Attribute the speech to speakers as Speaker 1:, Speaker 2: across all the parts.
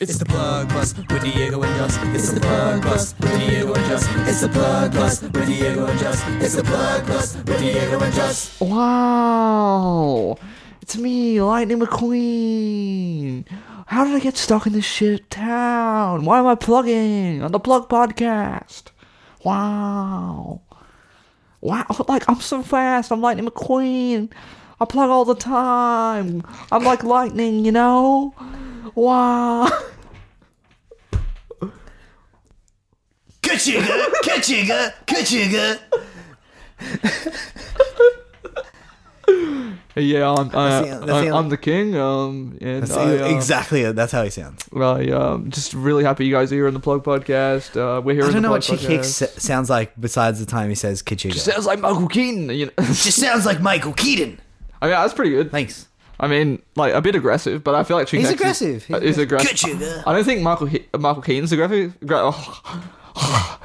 Speaker 1: It's the plug bus with Diego and Just. It's the plug bus with Diego and Just. It's the plug bus with Diego and Just. It's the plug bus with Diego and Just.
Speaker 2: Wow. It's me, Lightning McQueen. How did I get stuck in this shit town? Why am I plugging on the Plug Podcast? Wow. Wow. Like, I'm so fast. I'm Lightning McQueen. I plug all the time. I'm like lightning, you know? Wow.
Speaker 3: Kachiga, kachiga, kachiga.
Speaker 2: Oh, Yeah, I'm, I,
Speaker 3: That's the- that's
Speaker 2: I,
Speaker 3: the-
Speaker 2: I'm the king. Um, and
Speaker 3: That's
Speaker 2: I, uh,
Speaker 3: exactly it. That's how he sounds.
Speaker 2: I, um, just really happy you guys are here in the Plug Podcast. Uh, we're here.
Speaker 3: I
Speaker 2: in
Speaker 3: don't
Speaker 2: the
Speaker 3: know what
Speaker 2: Plug
Speaker 3: Chick Hicks
Speaker 2: Podcast.
Speaker 3: sa- sounds like besides the time he says kachiga.
Speaker 2: Sounds like Michael Keaton. You know,
Speaker 3: She sounds like Michael Keaton.
Speaker 2: I mean that's pretty good.
Speaker 3: Thanks.
Speaker 2: I mean, like a bit aggressive, but I feel like Chick
Speaker 3: He's
Speaker 2: Hicks
Speaker 3: aggressive.
Speaker 2: Is,
Speaker 3: He's
Speaker 2: is aggressive.
Speaker 3: Kachiga.
Speaker 2: I don't think Michael He- Michael Keaton's aggressive. Gra- oh.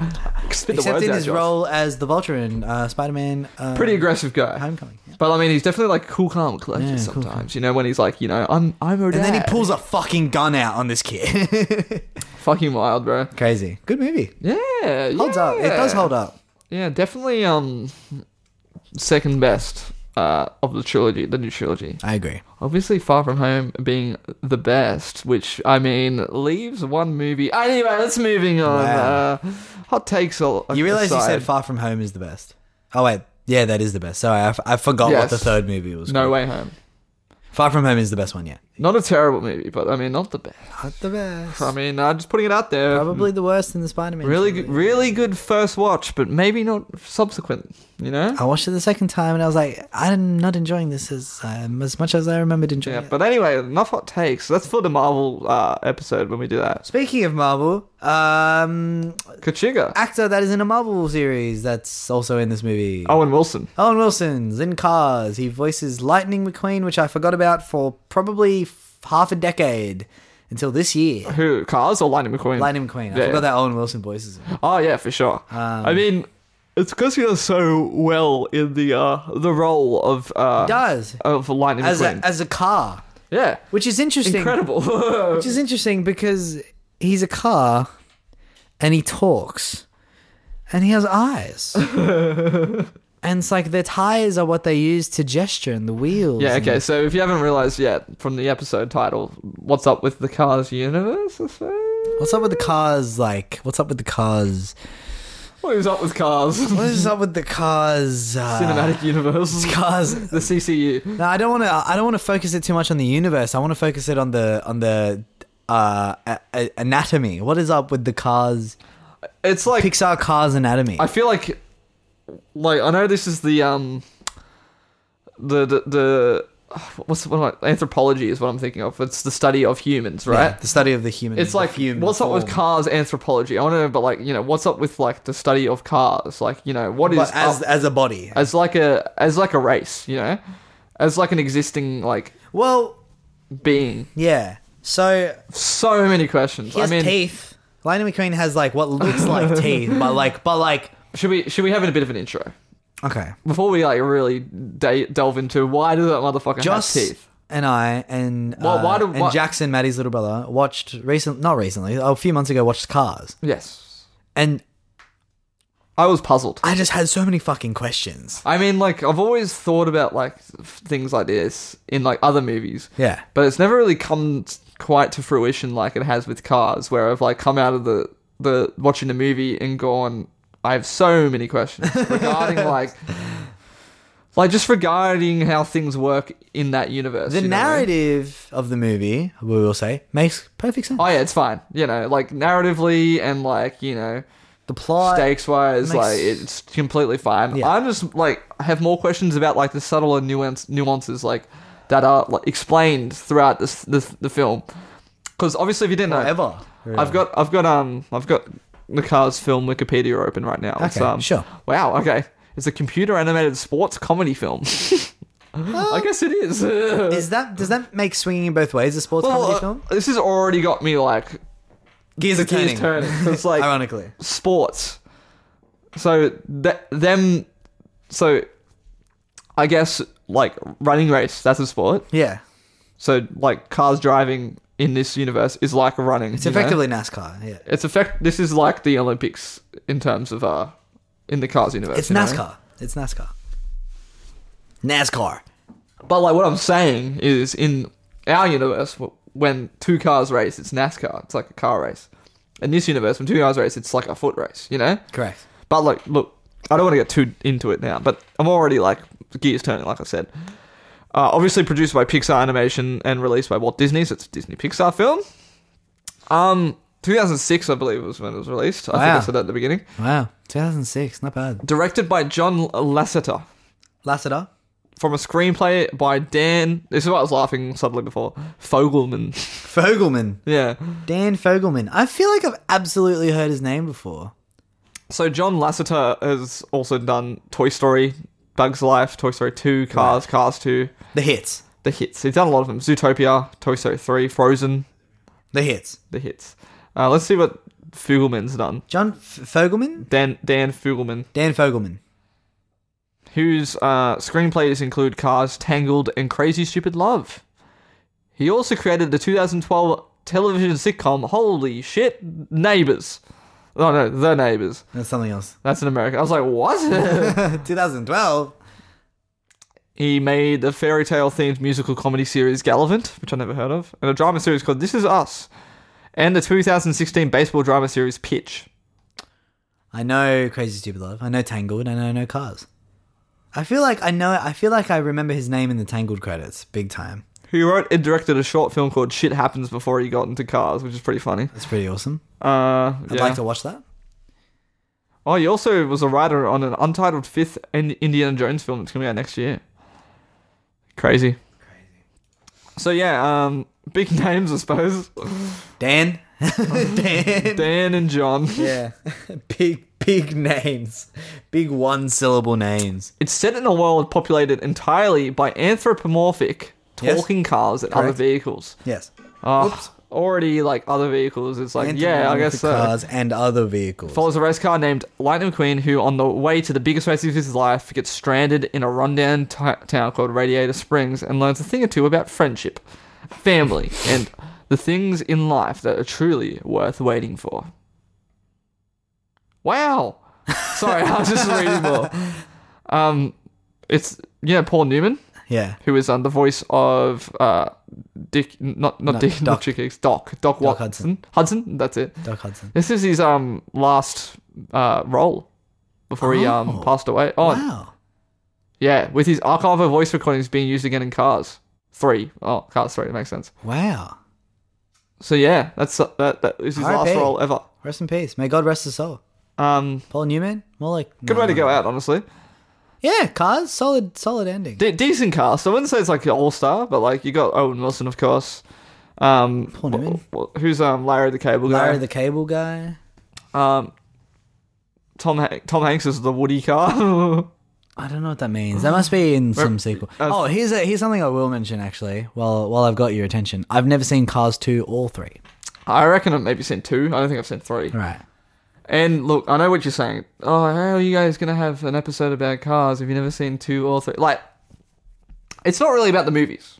Speaker 2: Spit the
Speaker 3: Except
Speaker 2: words
Speaker 3: in
Speaker 2: out,
Speaker 3: his
Speaker 2: Josh.
Speaker 3: role as the Vulture in uh, Spider-Man. Uh,
Speaker 2: Pretty aggressive guy.
Speaker 3: Homecoming, yeah.
Speaker 2: But I mean, he's definitely like cool, calm, collected
Speaker 3: Yeah, cool, calm.
Speaker 2: sometimes. You know, when he's like, you know, I'm I'm her
Speaker 3: And then he
Speaker 2: dad.
Speaker 3: pulls a fucking gun out on this kid.
Speaker 2: fucking wild, bro.
Speaker 3: Crazy. Good movie.
Speaker 2: Yeah,
Speaker 3: Holds up. It does
Speaker 2: yeah.
Speaker 3: hold up.
Speaker 2: Yeah, definitely um second best uh of the trilogy, the new trilogy.
Speaker 3: I agree.
Speaker 2: Obviously Far From Home being the best, which I mean leaves one movie. Anyway, let's moving on.
Speaker 3: Wow.
Speaker 2: Uh hot takes all
Speaker 3: You realize you said
Speaker 2: aside.
Speaker 3: Far From Home is the best. Oh wait, yeah, that is the best. Sorry, I, f- I forgot
Speaker 2: Yes.
Speaker 3: what the third movie was.
Speaker 2: No
Speaker 3: called.
Speaker 2: Way Home.
Speaker 3: Far From Home is the best one yet.
Speaker 2: Not a terrible movie, but I mean not the best.
Speaker 3: Not the best.
Speaker 2: I mean, I'm just putting it out there.
Speaker 3: Probably the worst in the Spider-Man.
Speaker 2: Really
Speaker 3: trilogy.
Speaker 2: good, really good first watch, but maybe not subsequent, you know?
Speaker 3: I watched it the second time and I was like, I'm not enjoying this as um, as much as I remembered enjoying
Speaker 2: Yeah,
Speaker 3: it.
Speaker 2: but anyway, enough hot takes. That's for the Marvel uh, episode when we do that.
Speaker 3: Speaking of Marvel, um,
Speaker 2: Kachiga.
Speaker 3: actor that is in a Marvel series that's also in this movie.
Speaker 2: Owen Wilson.
Speaker 3: Owen Wilson's in Cars. He voices Lightning McQueen, which I forgot about for probably f- half a decade until this year.
Speaker 2: Who? Cars or Lightning McQueen?
Speaker 3: Lightning McQueen. I
Speaker 2: Yeah,
Speaker 3: forgot
Speaker 2: yeah.
Speaker 3: that Owen Wilson voices him.
Speaker 2: Oh yeah, for sure.
Speaker 3: Um,
Speaker 2: I mean, it's because he does so well in the uh, the role of uh,
Speaker 3: Does
Speaker 2: of Lightning
Speaker 3: as a,
Speaker 2: McQueen.
Speaker 3: as a car,
Speaker 2: yeah,
Speaker 3: which is interesting.
Speaker 2: incredible.
Speaker 3: Which is interesting because he's a car, and he talks, and he has eyes. And it's like their tires are what they use to gesture, and the wheels.
Speaker 2: yeah.
Speaker 3: and-
Speaker 2: Okay. So if you haven't realized yet from the episode title, what's up with the Cars universe? I suppose?
Speaker 3: What's up with the cars? Like, what's up with the cars?
Speaker 2: What is up with Cars?
Speaker 3: What is up with the cars? Uh,
Speaker 2: Cinematic universe.
Speaker 3: Cars.
Speaker 2: The CCU.
Speaker 3: No, I don't want to. I don't want to focus it too much on the universe. I want to focus it on the on the uh, a- a- anatomy. What is up with the cars?
Speaker 2: It's like
Speaker 3: Pixar Cars anatomy.
Speaker 2: I feel like, like I know this is the um, the the, the what's what am I, anthropology is what I'm thinking of. It's the study of humans, right?
Speaker 3: Yeah, the study of the human.
Speaker 2: It's like
Speaker 3: the human
Speaker 2: what's up with
Speaker 3: form.
Speaker 2: cars anthropology? I want to know, but like you know, what's up with like the study of cars? Like you know, what is
Speaker 3: But as
Speaker 2: up
Speaker 3: as a body.
Speaker 2: as like a as like a race, you know, as like an existing like
Speaker 3: Well,
Speaker 2: being.
Speaker 3: yeah. So
Speaker 2: So many questions.
Speaker 3: he has
Speaker 2: I mean,
Speaker 3: teeth. Lightning McQueen has like what looks like teeth, but like but like.
Speaker 2: should we should we have a bit of an intro
Speaker 3: Okay.
Speaker 2: before we like really de- delve into why does that motherfucker
Speaker 3: Joss
Speaker 2: have teeth?
Speaker 3: and I and uh,
Speaker 2: Why- why do-
Speaker 3: and
Speaker 2: why-
Speaker 3: Jackson, Maddie's little brother, watched recent not recently, a few months ago, watched Cars,
Speaker 2: Yes.
Speaker 3: and
Speaker 2: I was puzzled.
Speaker 3: I just had so many fucking questions.
Speaker 2: I mean, like I've always thought about like f- things like this in like other movies.
Speaker 3: Yeah.
Speaker 2: but it's never really come t- quite to fruition like it has with Cars, where I've like come out of the the watching the movie and gone, I have so many questions regarding like. Like just regarding how things work in that universe.
Speaker 3: The
Speaker 2: you know what I mean?
Speaker 3: narrative of the movie, we will say, makes perfect sense.
Speaker 2: Oh yeah, it's fine. You know, like narratively and like you know,
Speaker 3: the plot,
Speaker 2: stakes wise,
Speaker 3: makes-
Speaker 2: like it's completely fine.
Speaker 3: Yeah.
Speaker 2: I'm just like I have more questions about like the subtler nuance nuances like that are like, explained throughout this, this the film. Because obviously, if you didn't know,
Speaker 3: whatever.
Speaker 2: I've got I've got um I've got the Cars film Wikipedia open right now. It's,
Speaker 3: Okay,
Speaker 2: um,
Speaker 3: sure.
Speaker 2: Wow. Okay. It's a computer animated sports comedy film. I guess it is.
Speaker 3: Is that does that make swinging in both ways a sports
Speaker 2: well,
Speaker 3: comedy
Speaker 2: uh,
Speaker 3: film?
Speaker 2: this has already got me like
Speaker 3: Gears are
Speaker 2: gears
Speaker 3: turning.
Speaker 2: turning. So it's like
Speaker 3: Ironically,
Speaker 2: sports. So th- them, so I guess like running race that's a sport.
Speaker 3: yeah.
Speaker 2: So like cars driving in this universe is like running.
Speaker 3: It's effectively NASCAR. Yeah.
Speaker 2: It's effect. This is like the Olympics in terms of uh, in the cars universe.
Speaker 3: It's
Speaker 2: you know?
Speaker 3: NASCAR. It's NASCAR. NASCAR.
Speaker 2: But like what I'm saying is, in our universe, w- when two cars race, it's NASCAR. It's like a car race. In this universe, when two cars race, it's like a foot race. You know.
Speaker 3: Correct.
Speaker 2: But like, look, I don't want to get too into it now. But I'm already like gears turning, like I said. Uh, obviously produced by Pixar Animation and released by Walt Disney, so it's a Disney Pixar film. Um, 2006, I believe, was when it was released. I think I
Speaker 3: Wow.
Speaker 2: said that at the beginning.
Speaker 3: Wow. 2006. Not bad.
Speaker 2: Directed by John Lasseter.
Speaker 3: Lasseter.
Speaker 2: From a screenplay by Dan. This is why I was laughing suddenly before. Fogelman.
Speaker 3: Fogelman.
Speaker 2: yeah.
Speaker 3: Dan Fogelman. I feel like I've absolutely heard his name before.
Speaker 2: So John Lasseter has also done Toy Story, Bugs Life, Toy Story 2, Cars, Cars 2.
Speaker 3: The hits.
Speaker 2: the hits. He's done a lot of them: Zootopia, Toy Story 3, Frozen,
Speaker 3: The hits.
Speaker 2: the hits. Uh, let's see what Fugelman's done.
Speaker 3: John F- Fogelman?
Speaker 2: Dan Dan Fugelman,
Speaker 3: Dan Fogelman.
Speaker 2: whose uh, screenplays include Cars, Tangled, and Crazy Stupid Love. He also created the 2012 television sitcom Holy Shit Neighbors. Oh no, The Neighbors.
Speaker 3: That's something else.
Speaker 2: That's in America. I was like, what?
Speaker 3: 2012.
Speaker 2: he made the fairy tale themed musical comedy series Gallivant, which I never heard of, and a drama series called This Is Us, and the 2016 baseball drama series Pitch.
Speaker 3: I know Crazy Stupid Love. I know Tangled, and I know Cars. I feel like I know. I feel like I remember his name in the Tangled credits, big time.
Speaker 2: He wrote and directed a short film called Shit Happens before he got into cars, which is pretty funny.
Speaker 3: That's pretty awesome.
Speaker 2: Uh,
Speaker 3: I'd
Speaker 2: yeah.
Speaker 3: like to watch that.
Speaker 2: oh, he also was a writer on an untitled fifth In- Indiana Jones film that's coming out next year. Crazy. Crazy. So yeah, um, big names, I suppose.
Speaker 3: Dan. Dan.
Speaker 2: Dan and John.
Speaker 3: Yeah. big, big names. Big one syllable names.
Speaker 2: It's set in a world populated entirely by anthropomorphic
Speaker 3: Yes.
Speaker 2: talking cars and other
Speaker 3: Correct.
Speaker 2: vehicles.
Speaker 3: Yes.
Speaker 2: Oh, already like other vehicles. It's like yeah, I guess uh, so.
Speaker 3: Cars and other vehicles.
Speaker 2: Follows a race car named Lightning McQueen, who on the way to the biggest race of his life gets stranded in a rundown t- town called Radiator Springs and learns a thing or two about friendship, family, and the things in life that are truly worth waiting for. Wow. Sorry, I was just reading more. Um, it's yeah, Paul Newman
Speaker 3: yeah.
Speaker 2: who is um, the voice of uh, Dick, not not
Speaker 3: No,
Speaker 2: Dick, not
Speaker 3: Doc.
Speaker 2: Chick Hicks, Doc, Doc, Watson, Hudson.
Speaker 3: Hudson.
Speaker 2: that's it.
Speaker 3: Doug Hudson.
Speaker 2: This is his um last uh role before he um
Speaker 3: Oh.
Speaker 2: passed away. Oh
Speaker 3: Wow.
Speaker 2: yeah, with his archive of voice recordings being used again in Cars three. Oh, Cars three, that makes sense.
Speaker 3: Wow.
Speaker 2: So yeah, that's uh, that that is his last
Speaker 3: R.I.P..
Speaker 2: role ever.
Speaker 3: Rest in peace. May God rest his soul.
Speaker 2: Um,
Speaker 3: Paul Newman? More like.
Speaker 2: good way to go out, honestly.
Speaker 3: Yeah, Cars. Solid, solid ending.
Speaker 2: De- decent cast. I wouldn't say it's like an all star, but like you got Owen Wilson, of course. Um,
Speaker 3: Paul Newman.
Speaker 2: wh- wh- who's um Larry the Cable Guy?
Speaker 3: Larry the Cable Guy.
Speaker 2: Um, Tom Han- Tom Hanks is the Woody car.
Speaker 3: I don't know what that means. That must be in some sequel.
Speaker 2: uh,
Speaker 3: Oh, here's a, here's something I will mention actually. While while I've got your attention, I've never seen Cars two or three.
Speaker 2: I reckon I've maybe seen two. I don't think I've seen three.
Speaker 3: Right.
Speaker 2: And look, I know what you're saying. Oh, how are you guys gonna have an episode about cars if you've never seen two or three? Like, it's not really about the movies.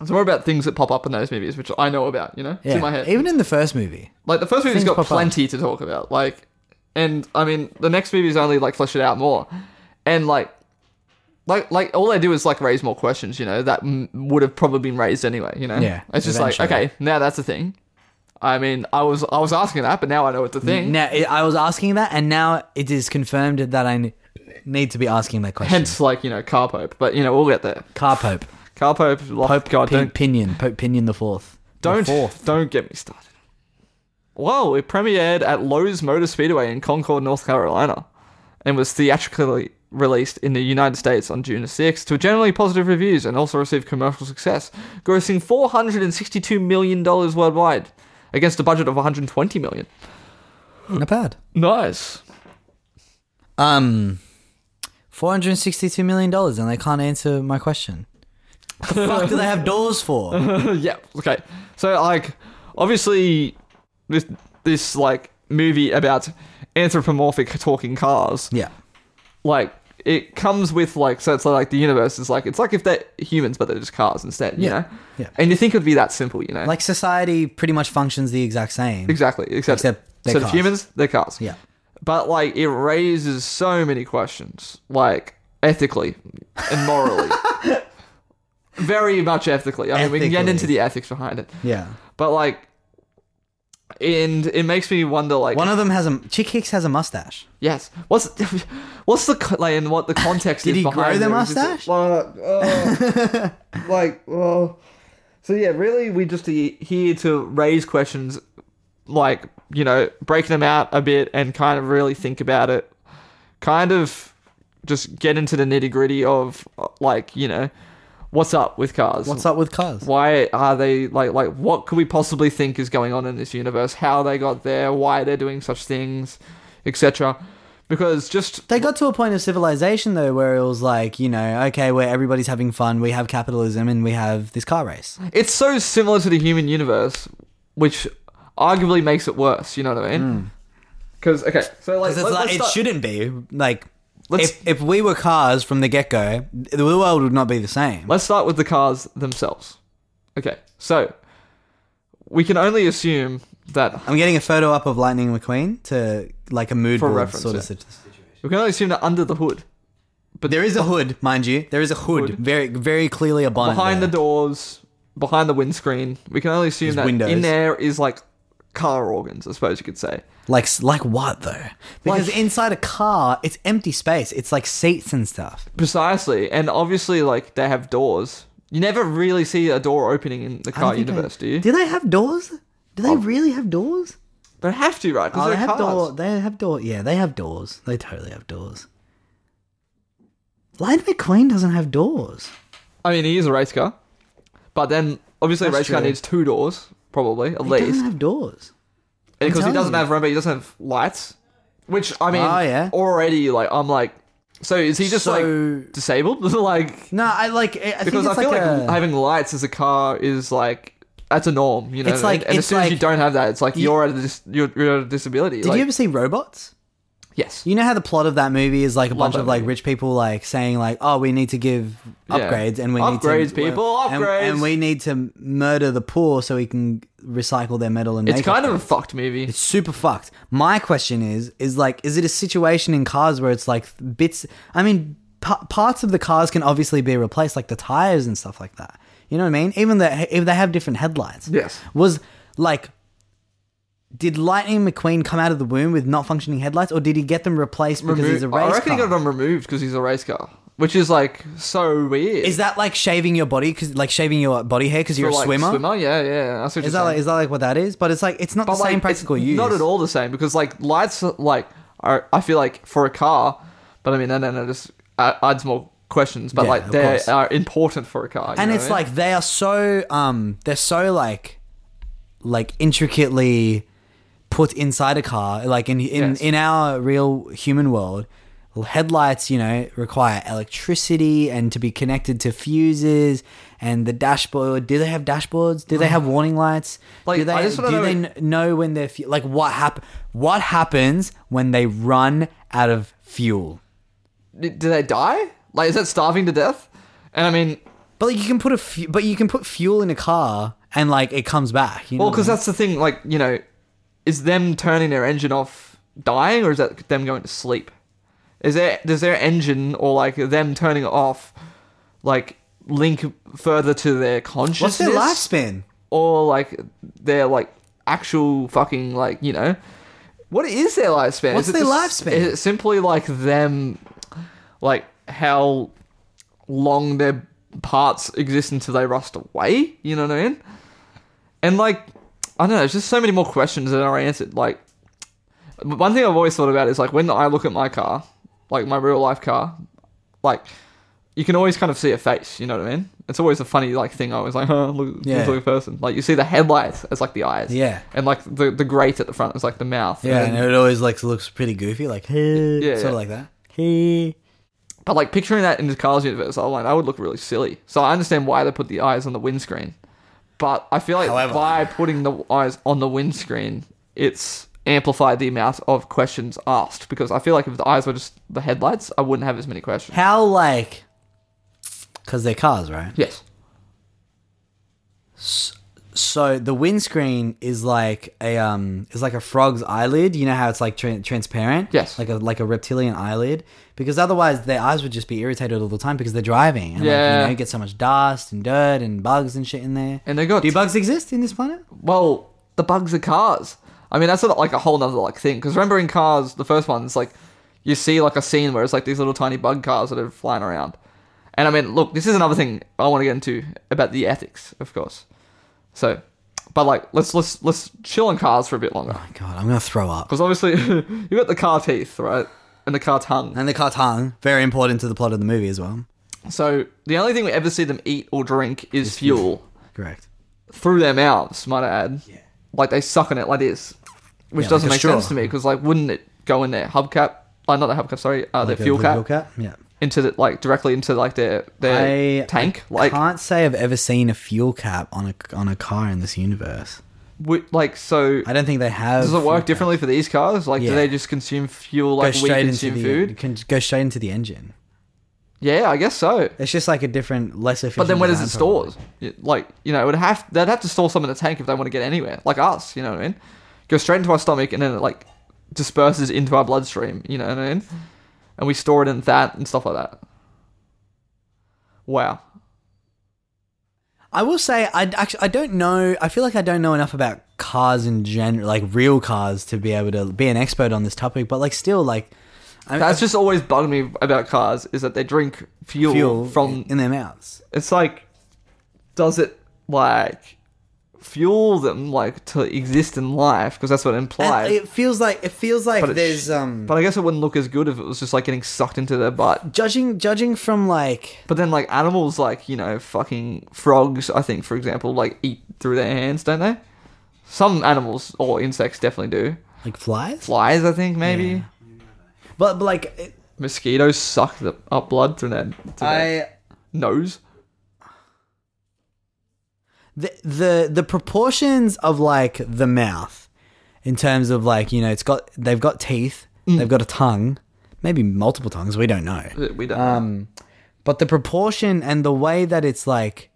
Speaker 2: It's more about things that pop up in those movies, which I know about. You know, it's
Speaker 3: Yeah.
Speaker 2: in my head.
Speaker 3: Even in the first movie.
Speaker 2: like the first movie's
Speaker 3: things
Speaker 2: got
Speaker 3: pop up.
Speaker 2: plenty to talk about. Like, and I mean, the next movie's only like flesh it out more, and like, like, like all they do is like raise more questions. You know that m- would have probably been raised anyway. You know,
Speaker 3: Yeah,
Speaker 2: It's just like
Speaker 3: eventually.
Speaker 2: okay, now that's a thing. I mean, I was I was asking that, but now I know it's a thing.
Speaker 3: Now i I was asking that, and now it is confirmed that I n- need to be asking that question.
Speaker 2: Hence, like you know, car pope. But you know, we'll get there.
Speaker 3: Car Pope,
Speaker 2: Car pope. Pope.
Speaker 3: Pope
Speaker 2: God,
Speaker 3: Pin-
Speaker 2: don't
Speaker 3: Pinion, Pope Pinion the fourth. The
Speaker 2: Don't
Speaker 3: fourth.
Speaker 2: don't get me started. Whoa, it premiered at Lowe's Motor Speedway in Concord, North Carolina, and was theatrically released in the United States on June 6 to generally positive reviews and also received commercial success, grossing $462 million worldwide against a budget of $120 million.
Speaker 3: Not bad.
Speaker 2: Nice.
Speaker 3: Um, four hundred sixty-two million dollars, and they can't answer my question. What the fuck do they have doors for?
Speaker 2: yeah, okay. So like obviously this this like movie about anthropomorphic talking cars
Speaker 3: Yeah.
Speaker 2: like it comes with like so it's like the universe is like it's like if they're humans but they're just cars instead. You
Speaker 3: Yeah.
Speaker 2: know.
Speaker 3: Yeah.
Speaker 2: And you think it would be that simple, you know?
Speaker 3: Like society pretty much functions the exact same.
Speaker 2: exactly. Except
Speaker 3: Except they're
Speaker 2: instead of
Speaker 3: cars.
Speaker 2: humans, they're cars.
Speaker 3: Yeah.
Speaker 2: But like it raises so many questions, like ethically and morally. Very much ethically. I mean, we can get
Speaker 3: Ethically.
Speaker 2: into the ethics behind it,
Speaker 3: Yeah.
Speaker 2: but like, and it makes me wonder, like,
Speaker 3: One of them has a chick Hicks has a mustache.
Speaker 2: yes, what's what's the co- like, and what the context is
Speaker 3: Did he grow
Speaker 2: behind
Speaker 3: the
Speaker 2: their existence.
Speaker 3: mustache?
Speaker 2: Well, uh, like, well, so yeah, really, we just he- here to raise questions, like you know, breaking them out a bit and kind of really think about it, kind of just get into the nitty gritty of uh, like you know, what's up with cars?
Speaker 3: What's up with cars?
Speaker 2: why are they like like what could we possibly think is going on in this universe how they got there why they're doing such things etc because just
Speaker 3: They got to a point of civilization though where it was like, you know, okay, where everybody's having fun, we have capitalism and we have this car race.
Speaker 2: it's so similar to the human universe which arguably makes it worse you know what i mean because okay so like, let-
Speaker 3: Because it's like
Speaker 2: let's
Speaker 3: it
Speaker 2: start-
Speaker 3: shouldn't be like
Speaker 2: Let's-
Speaker 3: if, if we were cars from the get go, the world would not be the same.
Speaker 2: let's start with the cars themselves okay so we can only assume that
Speaker 3: I'm getting a photo up of Lightning McQueen to like a mood
Speaker 2: For
Speaker 3: board
Speaker 2: reference,
Speaker 3: sort of
Speaker 2: yeah.
Speaker 3: sit-
Speaker 2: we can only assume that under the hood
Speaker 3: But there is a hood, mind you. There is a hood,
Speaker 2: Hood.
Speaker 3: very very clearly a bonnet
Speaker 2: behind
Speaker 3: there.
Speaker 2: the doors, behind the windscreen. We can only assume that
Speaker 3: windows.
Speaker 2: in there is like car organs, I suppose you could say.
Speaker 3: Like like what though? Because
Speaker 2: Like-
Speaker 3: inside a car, it's empty space. It's like seats and stuff.
Speaker 2: Precisely. And obviously, like, they have doors. You never really see a door opening in the
Speaker 3: I don't
Speaker 2: car
Speaker 3: think I- Oh.
Speaker 2: universe, do you?
Speaker 3: Do they have doors? Do they really have doors?
Speaker 2: They have to, right? 'Cause
Speaker 3: Oh, they
Speaker 2: they're
Speaker 3: have
Speaker 2: cars.
Speaker 3: door. They have door. Yeah, they have doors. They totally have doors. Lion McQueen doesn't have doors.
Speaker 2: I mean, he is a race car. But then, obviously, a
Speaker 3: That's
Speaker 2: race car
Speaker 3: true.
Speaker 2: needs two doors, probably, at
Speaker 3: He
Speaker 2: least.
Speaker 3: doesn't have doors. I'm
Speaker 2: because he
Speaker 3: telling
Speaker 2: doesn't
Speaker 3: you.
Speaker 2: have remember he doesn't have lights which i mean
Speaker 3: Oh, yeah.
Speaker 2: already like i'm like so is he just
Speaker 3: So-
Speaker 2: like disabled like
Speaker 3: No, I like. I- I think
Speaker 2: because
Speaker 3: it's
Speaker 2: i feel like,
Speaker 3: like, a-
Speaker 2: having lights as a car is like that's a norm you know
Speaker 3: It's like-
Speaker 2: and as
Speaker 3: it's
Speaker 2: soon as you
Speaker 3: like-
Speaker 2: don't have that it's like
Speaker 3: You-
Speaker 2: you're at a dis- you're, you're at a disability
Speaker 3: Did you ever see Robots?
Speaker 2: yes
Speaker 3: You know how the plot of that movie is like a bunch
Speaker 2: that
Speaker 3: of like
Speaker 2: movie.
Speaker 3: rich people like saying like, "Oh, we need to give
Speaker 2: Yeah.
Speaker 3: upgrades and we need
Speaker 2: Upgrades,
Speaker 3: to
Speaker 2: people,
Speaker 3: and,
Speaker 2: upgrades.
Speaker 3: and we need to murder the poor so we can recycle their metal and
Speaker 2: it's
Speaker 3: make
Speaker 2: kind of a
Speaker 3: upgrades."
Speaker 2: fucked movie
Speaker 3: It's super fucked. My question is, is like, is it a situation in cars where it's like bits? I mean, pa- parts of the cars can obviously be replaced, like the tires and stuff like that. You know what I mean? Even the if they have different headlights.
Speaker 2: Yes.
Speaker 3: Was like, did Lightning McQueen come out of the womb with not functioning headlights, or did he get them replaced because
Speaker 2: Remo-
Speaker 3: he's a race
Speaker 2: i reckon he
Speaker 3: car?
Speaker 2: got them removed because he's a race car which is like so weird
Speaker 3: Is that like shaving your body? Because like shaving your body hair because you're
Speaker 2: For,
Speaker 3: a
Speaker 2: like,
Speaker 3: swimmer.
Speaker 2: swimmer yeah yeah that's what you're
Speaker 3: Is that like,
Speaker 2: saying.
Speaker 3: is that like what that is? But it's like it's not the same
Speaker 2: like,
Speaker 3: practical
Speaker 2: it's
Speaker 3: use.
Speaker 2: Not at all the same because like lights like are I feel like for a car, but I mean then that just a- adds more questions. But
Speaker 3: Yeah,
Speaker 2: like
Speaker 3: of
Speaker 2: they
Speaker 3: course.
Speaker 2: are important for a car, you
Speaker 3: and
Speaker 2: know
Speaker 3: it's
Speaker 2: what I mean?
Speaker 3: like they are so um they're so like like intricately put inside a car like in in,
Speaker 2: Yes.
Speaker 3: in our real human world headlights you know require electricity and to be connected to fuses and the dashboard do they have dashboards do they have warning lights
Speaker 2: Uh-huh. Like,
Speaker 3: do they
Speaker 2: I just wanna
Speaker 3: do
Speaker 2: know-
Speaker 3: they kn- know when they're fu- like what hap- what happens when they run out of fuel
Speaker 2: D- do they die? Like is that starving to death? And I mean,
Speaker 3: but like, you can put a fu- but you can put fuel in a car and like it comes back you know
Speaker 2: well,
Speaker 3: what I
Speaker 2: because
Speaker 3: mean?
Speaker 2: that's the thing. Like you know, is them turning their engine off dying, or is that them going to sleep? Is there does their engine or like them turning it off, like link further to their
Speaker 3: What's
Speaker 2: consciousness?
Speaker 3: their lifespan?
Speaker 2: or like their like actual fucking like you know what is their lifespan?
Speaker 3: What's
Speaker 2: is
Speaker 3: their
Speaker 2: just-
Speaker 3: lifespan?
Speaker 2: Is it simply like them, like how long their parts exist until they rust away? You know what I mean? And like I don't know, there's just so many more questions that are answered. Like one thing I've always thought about is like when I look at my car, like my real life car, like you can always kind of see a face. You know what I mean? It's always a funny like thing. I was like, huh, look,
Speaker 3: Yeah.
Speaker 2: yeah. look at person. Like you see the headlights as like the eyes.
Speaker 3: Yeah.
Speaker 2: And like the the grate at the front is like the mouth.
Speaker 3: Yeah,
Speaker 2: And
Speaker 3: and
Speaker 2: then-
Speaker 3: it always like looks pretty goofy, like hey,
Speaker 2: Yeah,
Speaker 3: sort
Speaker 2: yeah.
Speaker 3: of like that. Hey.
Speaker 2: but like picturing that in the Cars universe, I'm like, that would look really silly. So I understand why they put the eyes on the windscreen. But I feel like
Speaker 3: However-
Speaker 2: by putting the eyes on the windscreen, it's amplify the amount of questions asked because I feel like if the eyes were just the headlights, I wouldn't have as many questions.
Speaker 3: How like? Because they're cars, right?
Speaker 2: Yes.
Speaker 3: So the windscreen is like a um is like a frog's eyelid. You know how it's like tra- transparent.
Speaker 2: Yes.
Speaker 3: Like a like a reptilian eyelid, because otherwise their eyes would just be irritated all the time because they're driving. And Like,
Speaker 2: Yeah.
Speaker 3: you, know, you get so much dust and dirt and bugs and shit in there.
Speaker 2: And they got
Speaker 3: do bugs exist in this planet?
Speaker 2: well, the bugs are cars. I mean, that's not like a whole nother like thing. Because remember in Cars, the first one, it's like you see like a scene where it's like these little tiny bug cars that are flying around. And I mean, look, this is another thing I want to get into about the ethics, of course. So, but like, let's let's let's chill on cars for a bit longer
Speaker 3: My God, I'm gonna throw up.
Speaker 2: because obviously you got the car teeth, right, and the car tongue.
Speaker 3: And the car tongue, very important to the plot of the movie as well.
Speaker 2: So the only thing we ever see them eat or drink is fuel
Speaker 3: Correct.
Speaker 2: through their mouths, might I add. Yeah. Like they suck on it like this, which
Speaker 3: Yeah,
Speaker 2: doesn't
Speaker 3: like a
Speaker 2: make
Speaker 3: straw.
Speaker 2: sense to me because like wouldn't it go in their hubcap? Uh, not their hubcap, sorry, uh,
Speaker 3: Like
Speaker 2: their
Speaker 3: a
Speaker 2: fuel cap
Speaker 3: Fuel cap. Yeah.
Speaker 2: into the, like directly into like their their
Speaker 3: I-
Speaker 2: tank. like
Speaker 3: Can't say I've ever seen a fuel cap on a on a car in this universe.
Speaker 2: w- like so.
Speaker 3: I don't think they have.
Speaker 2: Does it
Speaker 3: fuel
Speaker 2: work
Speaker 3: caps.
Speaker 2: differently for these cars? Like,
Speaker 3: Yeah.
Speaker 2: do they just consume fuel
Speaker 3: Go
Speaker 2: like we
Speaker 3: straight into
Speaker 2: consume
Speaker 3: the uh,
Speaker 2: food?
Speaker 3: Can go straight into the engine.
Speaker 2: Yeah, I guess so.
Speaker 3: It's just like a different, less efficient.
Speaker 2: But then where does it
Speaker 3: design problem.
Speaker 2: store? Y- Like, you know, it would have they'd have to store some in the tank if they want to get anywhere. Like us, you know what I mean? Go straight into our stomach and then it like disperses into our bloodstream, you know what I mean? And we store it in that and stuff like that. Wow.
Speaker 3: I will say, I actually, I don't know. I feel like I don't know enough about cars in general, like real cars, to be able to be an expert on this topic. But like, still, like, I,
Speaker 2: That's just always bugged me about cars is that they drink fuel,
Speaker 3: fuel
Speaker 2: from
Speaker 3: in their mouths.
Speaker 2: it's like does it like fuel them like to exist in life because that's what it implies.
Speaker 3: And it feels like it feels like
Speaker 2: but it
Speaker 3: there's
Speaker 2: sh-
Speaker 3: um.
Speaker 2: but I guess it wouldn't look as good if it was just like getting sucked into their butt.
Speaker 3: judging judging from like
Speaker 2: But then, like animals, like you know, fucking frogs. I think, for example, like eat through their hands, don't they? Some animals or insects definitely do.
Speaker 3: like flies,
Speaker 2: Flies, I think, maybe.
Speaker 3: but, but like it,
Speaker 2: Mosquitoes suck the, up blood through their, through their
Speaker 3: I.
Speaker 2: nose.
Speaker 3: the the the proportions of like the mouth in terms of like you know it's got they've got teeth they've got a tongue maybe multiple tongues we don't know
Speaker 2: We don't.
Speaker 3: um but the proportion and the way that it's like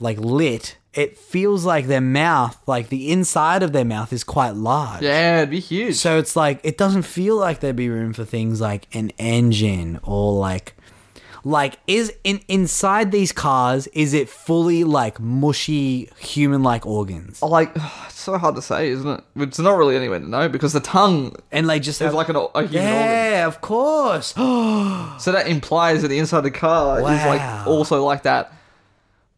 Speaker 3: like lit it feels like their mouth like the inside of their mouth is quite large
Speaker 2: yeah, it'd be huge.
Speaker 3: so it's like it doesn't feel like there'd be room for things like an engine or like like is in inside these cars is it fully like mushy human like organs
Speaker 2: like, it's so hard to say, isn't it? It's not really anywhere to know because the tongue
Speaker 3: and like just
Speaker 2: is
Speaker 3: have-
Speaker 2: like an, o- a human organ.
Speaker 3: yeah of course
Speaker 2: So that implies that the inside of the car is
Speaker 3: Wow.
Speaker 2: like also like that.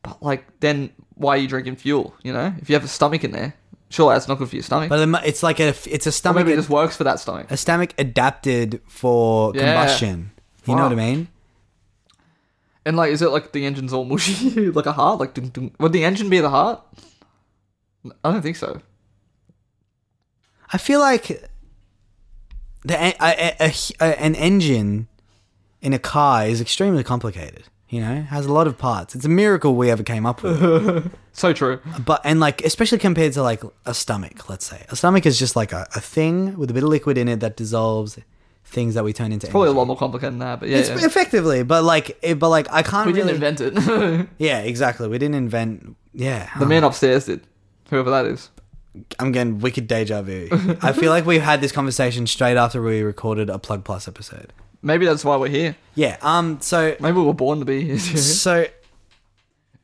Speaker 2: But like, then why are you drinking fuel? You know, if you have a stomach in there, sure, that's not good for your stomach.
Speaker 3: but it mu- it's like a it's a
Speaker 2: Or
Speaker 3: stomach
Speaker 2: maybe it just works for that stomach.
Speaker 3: a stomach adapted for
Speaker 2: Yeah.
Speaker 3: combustion you know
Speaker 2: Wow.
Speaker 3: what i mean
Speaker 2: And like, is it like the engine's all mushy, like a heart? Like, dun, dun. would the engine be the heart? I don't think so.
Speaker 3: i feel like the en- a, a, a, a- an engine in a car is extremely complicated you know has a lot of parts it's a miracle we ever came up with
Speaker 2: So true.
Speaker 3: but and like especially compared to like a stomach let's say a stomach is just like a, a thing with a bit of liquid in it that dissolves things that we turn into
Speaker 2: Probably a
Speaker 3: energy.
Speaker 2: lot more complicated than that, but yeah,
Speaker 3: it's
Speaker 2: yeah.
Speaker 3: effectively but like it, but like i can't
Speaker 2: we didn't
Speaker 3: really
Speaker 2: invent it. the
Speaker 3: yeah exactly we didn't invent yeah the
Speaker 2: man upstairs did, whoever that is.
Speaker 3: i'm getting wicked deja vu i feel like we've had this conversation straight after we recorded a plug plus episode
Speaker 2: Maybe that's why we're here.
Speaker 3: yeah um so
Speaker 2: Maybe we were born to be here.
Speaker 3: so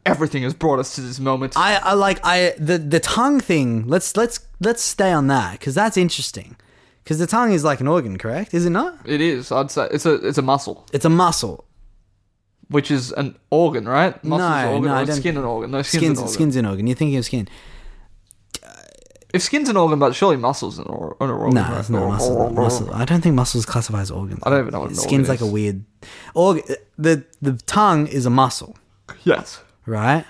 Speaker 2: Everything has brought us to this moment.
Speaker 3: I, I like I the the tongue thing. Let's let's let's stay on that because that's interesting. Because the tongue is like an organ, correct? Is it not?
Speaker 2: it is. I'd say it's a it's a muscle,
Speaker 3: It's a muscle.
Speaker 2: which is an organ, right? Muscle's
Speaker 3: No,
Speaker 2: an organ,
Speaker 3: no,
Speaker 2: or
Speaker 3: I
Speaker 2: is
Speaker 3: don't-
Speaker 2: skin an organ. No, skin's,
Speaker 3: Skin's
Speaker 2: an organ.
Speaker 3: skin's an organ. You're thinking of skin.
Speaker 2: If skin's an organ, but surely muscles an, or- an organ.
Speaker 3: No,
Speaker 2: right?
Speaker 3: it's not muscle. muscle. I don't think muscles classify as organs. I
Speaker 2: don't even know what an organ
Speaker 3: Skin's like a
Speaker 2: is.
Speaker 3: weird organ. The the tongue is a muscle,
Speaker 2: Yes.
Speaker 3: right?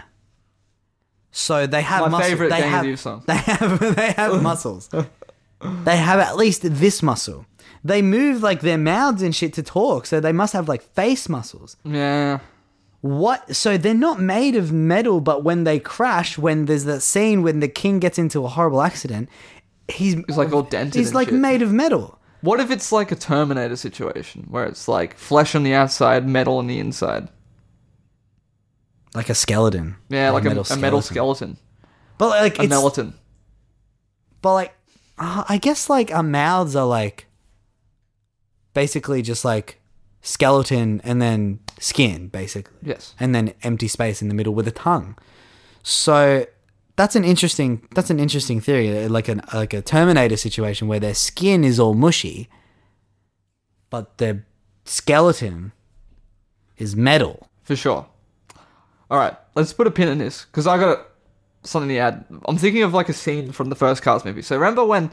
Speaker 3: So they have
Speaker 2: My
Speaker 3: muscle-
Speaker 2: favourite
Speaker 3: they
Speaker 2: Gang
Speaker 3: have,
Speaker 2: Thieves song.
Speaker 3: They have they have muscles. they have at least this muscle. They move like their mouths and shit to talk, so they must have like face muscles.
Speaker 2: Yeah.
Speaker 3: What? So they're not made of metal, but when they crash, when there's that scene when the king gets into a horrible accident, he's
Speaker 2: He's, like, all dented
Speaker 3: He's
Speaker 2: and
Speaker 3: like
Speaker 2: shit.
Speaker 3: made of metal.
Speaker 2: What if it's like a Terminator situation where it's like flesh on the outside, metal on the inside?
Speaker 3: Like a skeleton.
Speaker 2: Yeah, like, a, a metal skeleton,
Speaker 3: But like
Speaker 2: a
Speaker 3: it's
Speaker 2: melatonin.
Speaker 3: but like uh, I guess like our mouths are like basically just like skeleton and then skin basically.
Speaker 2: Yes.
Speaker 3: and then empty space in the middle with a tongue. So that's an interesting that's an interesting theory, uh, like an like a Terminator situation where their skin is all mushy, but their skeleton is metal.
Speaker 2: For sure. All right, let's put a pin in this because I got something to add. I'm thinking of like a scene from the first Cars movie. So remember when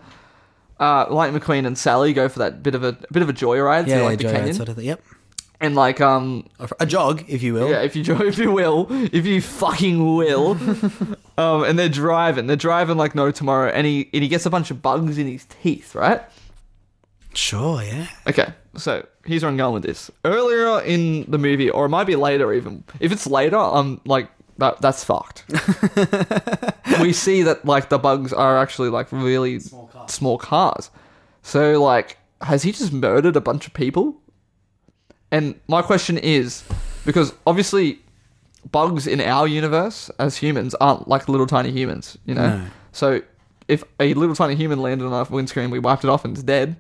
Speaker 2: uh, Lightning McQueen and Sally go for that bit of a bit of a joyride through like the
Speaker 3: Joyride
Speaker 2: canyon,
Speaker 3: sort of thing. Yep,
Speaker 2: and like um
Speaker 3: a jog, if you will.
Speaker 2: yeah, if you jo- if you will, if you fucking will, um, and they're driving, they're driving like no tomorrow, and he and he gets a bunch of bugs in his teeth, right?
Speaker 3: Sure, yeah.
Speaker 2: Okay, so here's where I'm going with this. Earlier in the movie, or it might be later even. If it's later, I'm like that. That's fucked. we see that like the bugs are actually like really small cars. So like, has he just murdered a bunch of people? And my question is, because obviously, bugs in our universe as humans aren't like little tiny humans, you know.
Speaker 3: No.
Speaker 2: So if a little tiny human landed on our windscreen, we wiped it off and it's dead.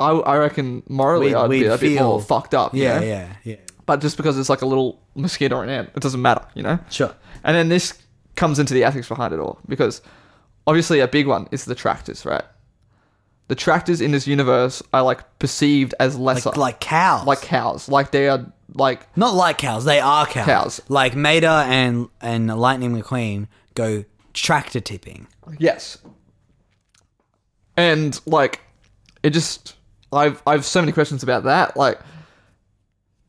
Speaker 2: I, I reckon morally
Speaker 3: We'd-
Speaker 2: I'd be
Speaker 3: we'd
Speaker 2: a bit
Speaker 3: feel-
Speaker 2: more fucked up. you
Speaker 3: Yeah,
Speaker 2: know?
Speaker 3: yeah, yeah.
Speaker 2: But just because it's like a little mosquito or an ant, it doesn't matter, you know?
Speaker 3: Sure.
Speaker 2: And then this comes into the ethics behind it all because obviously a big one is the tractors, right? The tractors in this universe are like perceived as lesser,
Speaker 3: Like, like cows.
Speaker 2: like cows, like they are like
Speaker 3: not like cows, they are cows.
Speaker 2: Cows.
Speaker 3: Like Mater and and Lightning McQueen go tractor tipping.
Speaker 2: Yes. And like it just I've I've so many questions about that. Like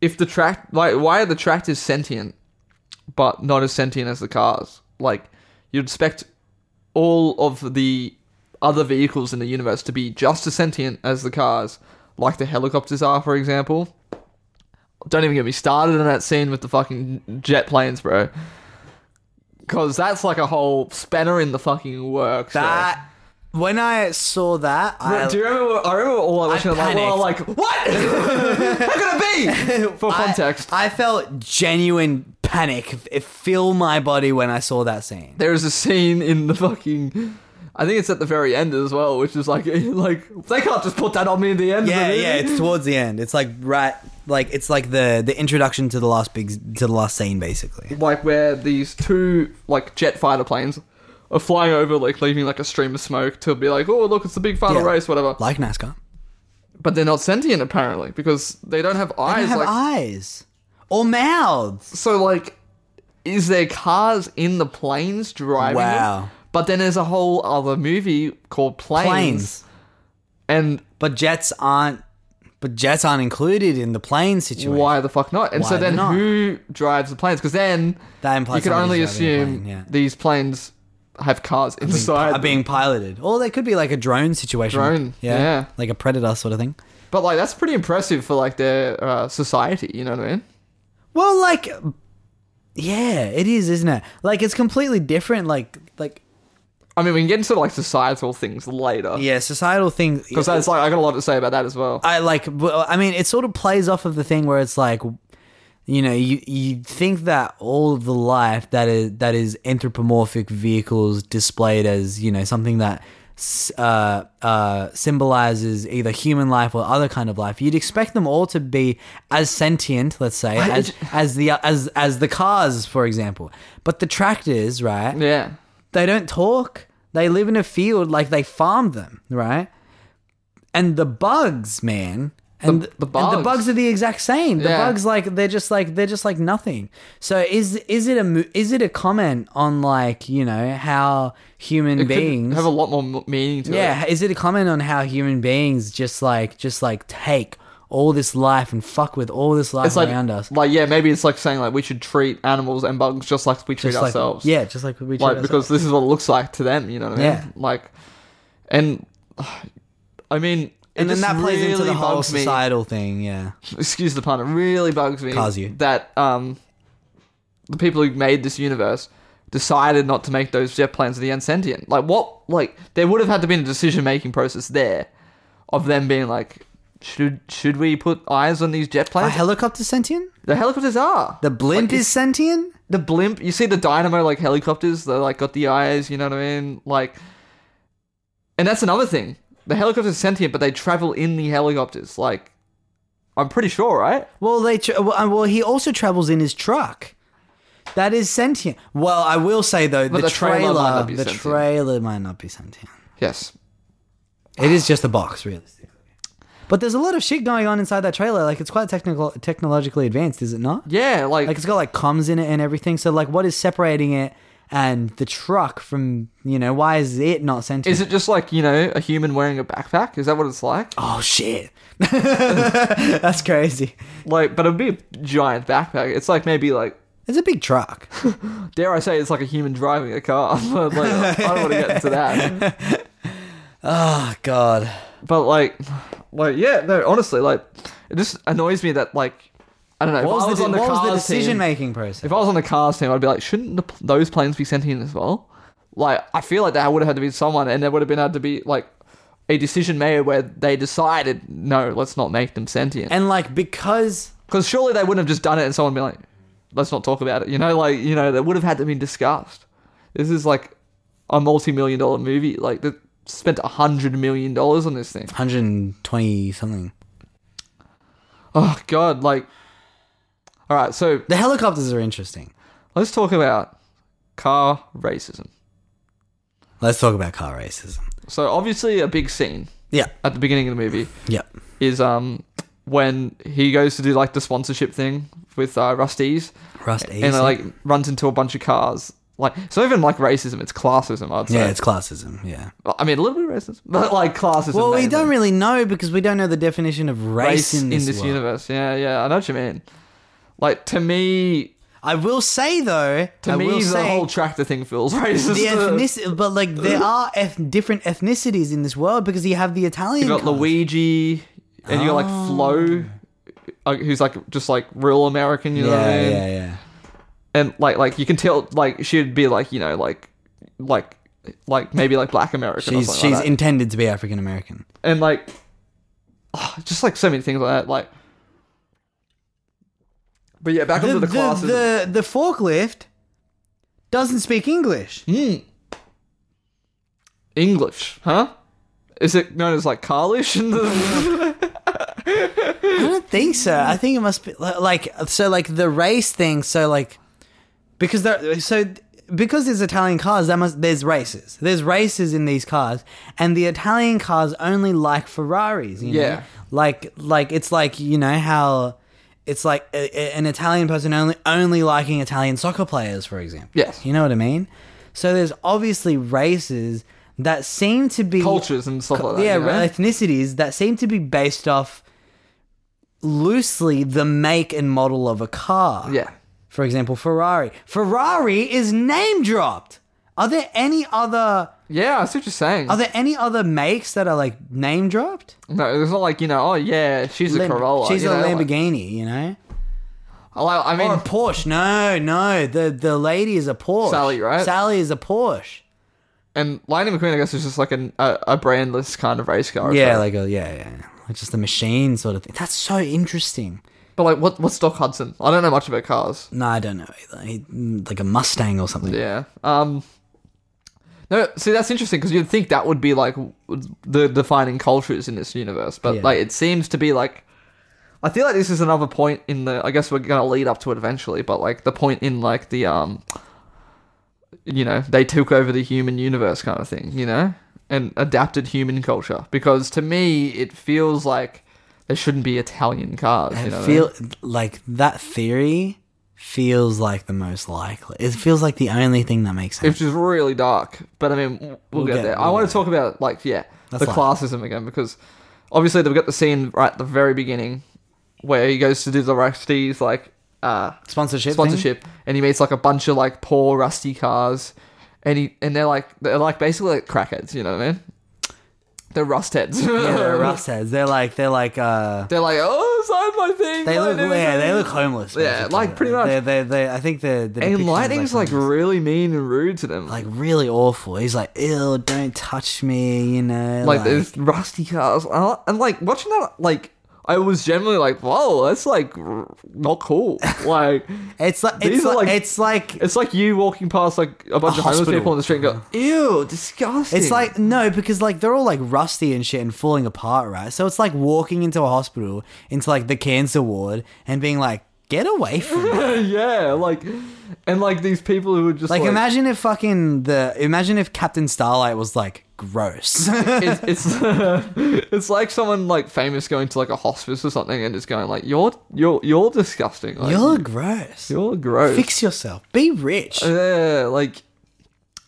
Speaker 2: if the track like why are the tractors sentient but not as sentient as the cars? Like you'd expect all of the other vehicles in the universe to be just as sentient as the cars, like the helicopters are, for example. Don't even get me started on that scene with the fucking jet planes, bro. Cause that's like a whole spanner in the fucking works. there.
Speaker 3: That when I saw that, I,
Speaker 2: Do you remember? I remember all I watched. and I was like, well, like,
Speaker 3: panicked.
Speaker 2: what? How could it be? For
Speaker 3: I-
Speaker 2: context,
Speaker 3: I, felt genuine panic f- it fill my body when I saw that scene.
Speaker 2: there is a scene in the fucking. I think it's at the very end as well, which is like, like they can't just put that on me in the end. of the
Speaker 3: Yeah,
Speaker 2: movie.
Speaker 3: yeah, it's towards the end. It's like right, like it's like the the introduction to the last big to the last scene, basically.
Speaker 2: like where these two like jet fighter planes are flying over, like leaving like a stream of smoke to be like, oh look, it's the big final
Speaker 3: Yeah.
Speaker 2: race, whatever.
Speaker 3: Like NASCAR,
Speaker 2: But they're not sentient apparently because they don't have
Speaker 3: I
Speaker 2: eyes.
Speaker 3: have
Speaker 2: like
Speaker 3: eyes or mouths.
Speaker 2: so, like, is there cars in the planes driving? them?
Speaker 3: Wow.
Speaker 2: But then there's a whole other movie called Planes,
Speaker 3: Planes,
Speaker 2: and
Speaker 3: but jets aren't. But jets aren't included in the plane situation.
Speaker 2: why the fuck not? And so
Speaker 3: Why
Speaker 2: then
Speaker 3: not?
Speaker 2: who drives the planes? Because then
Speaker 3: That implies
Speaker 2: you can
Speaker 3: somebody's
Speaker 2: only
Speaker 3: driving a
Speaker 2: assume
Speaker 3: plane, yeah.
Speaker 2: these planes have cars inside.
Speaker 3: Are being piloted, or they could be like a drone situation.
Speaker 2: Drone, yeah.
Speaker 3: like a predator sort of thing.
Speaker 2: But like that's pretty impressive for like their uh, society. You know what I mean?
Speaker 3: Well, like, yeah, it is, isn't it? Like, it's completely different. Like, like,
Speaker 2: I mean, we can get into like societal things later
Speaker 3: yeah, Uh, societal things.
Speaker 2: because that's like I got a lot to say about that as well.
Speaker 3: I like. well, I mean, it sort of plays off of the thing where it's like, you know, you you think that all of the life that is that is anthropomorphic vehicles displayed as you know something that. s- Uh, uh, symbolizes either human life or other kind of life. You'd expect them all to be as sentient, let's say, as, as the as as the cars, for example. But the tractors, right?
Speaker 2: yeah,
Speaker 3: they don't talk. They live in a field like they farm them, right? And the bugs, man, and
Speaker 2: The-
Speaker 3: th-
Speaker 2: the
Speaker 3: and
Speaker 2: bugs.
Speaker 3: the bugs are the exact same. The
Speaker 2: Yeah.
Speaker 3: bugs, like they're just like they're just like nothing. So is is it a mo- is it a comment on like you know how human
Speaker 2: It could
Speaker 3: beings
Speaker 2: have a lot more m- meaning to it.
Speaker 3: yeah, is it a comment on how human beings just like just like take all this life and fuck with all this life
Speaker 2: It's like,
Speaker 3: around us?
Speaker 2: like yeah, maybe it's like saying like we should treat animals and bugs just like we treat
Speaker 3: Just like-
Speaker 2: ourselves.
Speaker 3: yeah, just like we treat
Speaker 2: like because this is what it looks like to them. You know what I mean?
Speaker 3: Yeah.
Speaker 2: Like, and I mean, it
Speaker 3: and then
Speaker 2: just
Speaker 3: that plays into the
Speaker 2: really
Speaker 3: whole
Speaker 2: bugs me.
Speaker 3: societal thing. Yeah,
Speaker 2: excuse the pun, it really bugs me
Speaker 3: Cars you.
Speaker 2: that um, the people who made this universe decided not to make those jet planes of the end sentient? Like what? Like there would have had to been a decision making process there, of them being like, should should we put eyes on these jet
Speaker 3: Are
Speaker 2: planes?
Speaker 3: helicopters sentient?
Speaker 2: the helicopters are
Speaker 3: The blimp is sentient?
Speaker 2: the blimp. You see the dynamo like helicopters. They like got the eyes. You know what I mean? Like, and that's another thing. The helicopters are sentient, but they travel in the helicopters. Like, I'm pretty sure, right?
Speaker 3: Well, they tra- well, uh, well, he also travels in his truck. That is sentient. Well, I will say though, the,
Speaker 2: the
Speaker 3: trailer,
Speaker 2: trailer might not be
Speaker 3: the
Speaker 2: sentient.
Speaker 3: trailer might not be sentient.
Speaker 2: Yes.
Speaker 3: It is just a box, realistically. But there's a lot of shit going on inside that trailer. Like it's quite technical, technologically advanced, is it not?
Speaker 2: Yeah, like,
Speaker 3: Like it's got like comms in it and everything. So like, what is separating it and the truck from you know? Why is it not sentient?
Speaker 2: is it just like you know a human wearing a backpack? Is that what it's like?
Speaker 3: Oh shit! That's crazy.
Speaker 2: Like, but it'd be a giant backpack. It's like maybe like
Speaker 3: It's a big truck.
Speaker 2: dare I say it's like a human driving a car. but like, I don't want to get into that.
Speaker 3: Oh god.
Speaker 2: But like, like yeah, no, honestly, like it just annoys me that like I don't know. if I
Speaker 3: What was,
Speaker 2: was
Speaker 3: the,
Speaker 2: on the
Speaker 3: what was the
Speaker 2: Cars team-
Speaker 3: decision making process?
Speaker 2: If I was on the Cars team, I'd be like, shouldn't the, those planes be sent in as well? Like, I feel like there would have had to be someone, and there would have been had to be like a decision made where they decided, no, let's not make them sentient.
Speaker 3: and like because
Speaker 2: Because surely they wouldn't have just done it, and someone be like, let's not talk about it. You know, like you know, that would have had to be discussed. This is like a multi-million dollar movie. Like they spent a hundred million dollars on this thing.
Speaker 3: 120 something.
Speaker 2: Oh God, like. All right, so
Speaker 3: The helicopters are interesting.
Speaker 2: let's talk about car racism.
Speaker 3: Let's talk about car racism.
Speaker 2: So obviously, a big scene
Speaker 3: Yeah.
Speaker 2: at the beginning of the movie
Speaker 3: Yep.
Speaker 2: is um when he goes to do like the sponsorship thing with uh, Rusty's
Speaker 3: Rust Easy.
Speaker 2: and like runs into a bunch of cars. Like it's not even like racism, it's classism. I'd say.
Speaker 3: yeah, it's classism. Yeah.
Speaker 2: I mean a little bit of racism, but like classism.
Speaker 3: Well, we
Speaker 2: mainly.
Speaker 3: don't really know because we don't know the definition of race,
Speaker 2: race
Speaker 3: in this, world.
Speaker 2: universe. Yeah, yeah, I know what you mean. Like to me,
Speaker 3: I will say though,
Speaker 2: to
Speaker 3: I
Speaker 2: me
Speaker 3: will
Speaker 2: the
Speaker 3: say
Speaker 2: whole tractor thing feels racist.
Speaker 3: the ethnicity, but like there are eth- different ethnicities in this world because you have the Italian.
Speaker 2: you got
Speaker 3: cars.
Speaker 2: Luigi, and you got like Flo, uh, who's like just like real American. You know what I
Speaker 3: Oh. Yeah,
Speaker 2: mean?
Speaker 3: yeah, yeah.
Speaker 2: and like like you can tell like she'd be like you know like like like maybe like black American or
Speaker 3: She's
Speaker 2: something
Speaker 3: she's
Speaker 2: like "Oh, that.
Speaker 3: intended to be African American.
Speaker 2: and like ah, just like so many things like that like but yeah back
Speaker 3: The,
Speaker 2: onto
Speaker 3: the,
Speaker 2: the classes
Speaker 3: the, the forklift doesn't speak English.
Speaker 2: Mm.
Speaker 3: Hmm.
Speaker 2: English huh is it known as like Carlish in the
Speaker 3: I don't think so. I think it must be li- like so like the race thing. So like because there so because there's Italian cars, that must there's races. There's races in these cars, and the Italian cars only like Ferraris. You
Speaker 2: Yeah.
Speaker 3: know? like like it's like you know how it's like a, a- an Italian person only only liking Italian soccer players, for example.
Speaker 2: Yes.
Speaker 3: you know what I mean. So there's obviously races that seem to be
Speaker 2: cultures and stuff like that
Speaker 3: yeah,
Speaker 2: you know?
Speaker 3: ra- ethnicities that seem to be based off loosely the make and model of a car.
Speaker 2: yeah
Speaker 3: For example, Ferrari. Ferrari is name dropped. Are there any other
Speaker 2: yeah I see what you're saying
Speaker 3: are there any other makes that are like name dropped?
Speaker 2: no it's not like you know oh yeah she's a
Speaker 3: Lam-
Speaker 2: Corolla
Speaker 3: She's
Speaker 2: you
Speaker 3: a
Speaker 2: know, like-
Speaker 3: Lamborghini, you know?
Speaker 2: I- I mean
Speaker 3: Or a Porsche. No, no. The the lady is a Porsche.
Speaker 2: Sally, right?
Speaker 3: Sally is a Porsche.
Speaker 2: and Lightning McQueen, I guess, is just like an, a, a brandless kind of race car. or
Speaker 3: Yeah,
Speaker 2: something.
Speaker 3: like a yeah, yeah. Like just a machine sort of thing. That's so interesting.
Speaker 2: but like, what what's Doc Hudson? I don't know much about cars.
Speaker 3: No, I don't know either. He- mm, like a Mustang or something.
Speaker 2: Yeah. Um. No, see, that's interesting because you'd think that would be like w- the defining cultures in this universe, but
Speaker 3: Yeah.
Speaker 2: like it seems to be like. I feel like this is another point in the. I guess we're gonna lead up to it eventually, but like the point in like the um. You know, they took over the human universe kind of thing. You know, and adapted human culture because to me it feels like there shouldn't be Italian cars.
Speaker 3: I
Speaker 2: you know what I mean?
Speaker 3: feel like that theory feels like the most likely. It feels like the only thing that makes sense.
Speaker 2: which is really dark. But I mean, we'll, we'll get,
Speaker 3: get-
Speaker 2: there. I
Speaker 3: we'll
Speaker 2: want
Speaker 3: get
Speaker 2: to talk about like yeah, the
Speaker 3: fine.
Speaker 2: classism again because obviously they've got the scene right at the very beginning where he goes to do the Rusty's like uh,
Speaker 3: sponsorship.
Speaker 2: sponsorship, and he meets like a bunch of like poor rusty cars, and he and they're like they're like basically like crackheads. You know what I mean? They're rust heads.
Speaker 3: Thing? Yeah, they're rough heads. They're like they're like uh
Speaker 2: They're like, oh, outside my thing.
Speaker 3: They
Speaker 2: my
Speaker 3: look,
Speaker 2: new
Speaker 3: yeah, they
Speaker 2: thing.
Speaker 3: look homeless.
Speaker 2: Yeah,
Speaker 3: basically.
Speaker 2: like, pretty much.
Speaker 3: They're, they're, they're, I think they're. the depiction
Speaker 2: And
Speaker 3: is,
Speaker 2: lightning's like
Speaker 3: homeless.
Speaker 2: really mean and rude to them.
Speaker 3: like really awful. He's like, "Ew, don't touch me," you know.
Speaker 2: like those rusty cars and, and like watching that like i was generally like whoa that's like r- not cool like
Speaker 3: it's like
Speaker 2: These
Speaker 3: it's
Speaker 2: are
Speaker 3: like,
Speaker 2: like-
Speaker 3: it's like
Speaker 2: it's like you walking past like a bunch
Speaker 3: A
Speaker 2: of homeless
Speaker 3: hospital.
Speaker 2: people on the street and go ew disgusting
Speaker 3: It's like no, because like they're all like rusty and shit and falling apart, right? So it's like walking into a hospital, into like the cancer ward, and being like, "Get away from me!"
Speaker 2: yeah like and like these people who would just
Speaker 3: like,
Speaker 2: like,
Speaker 3: imagine if fucking the imagine if Captain Starlight was like gross.
Speaker 2: it's it's, it's like someone like famous going to like a hospice or something and just going like you're you're you're disgusting like
Speaker 3: You're gross.
Speaker 2: you're gross Uh,
Speaker 3: Fix yourself. Be rich.
Speaker 2: Yeah, like,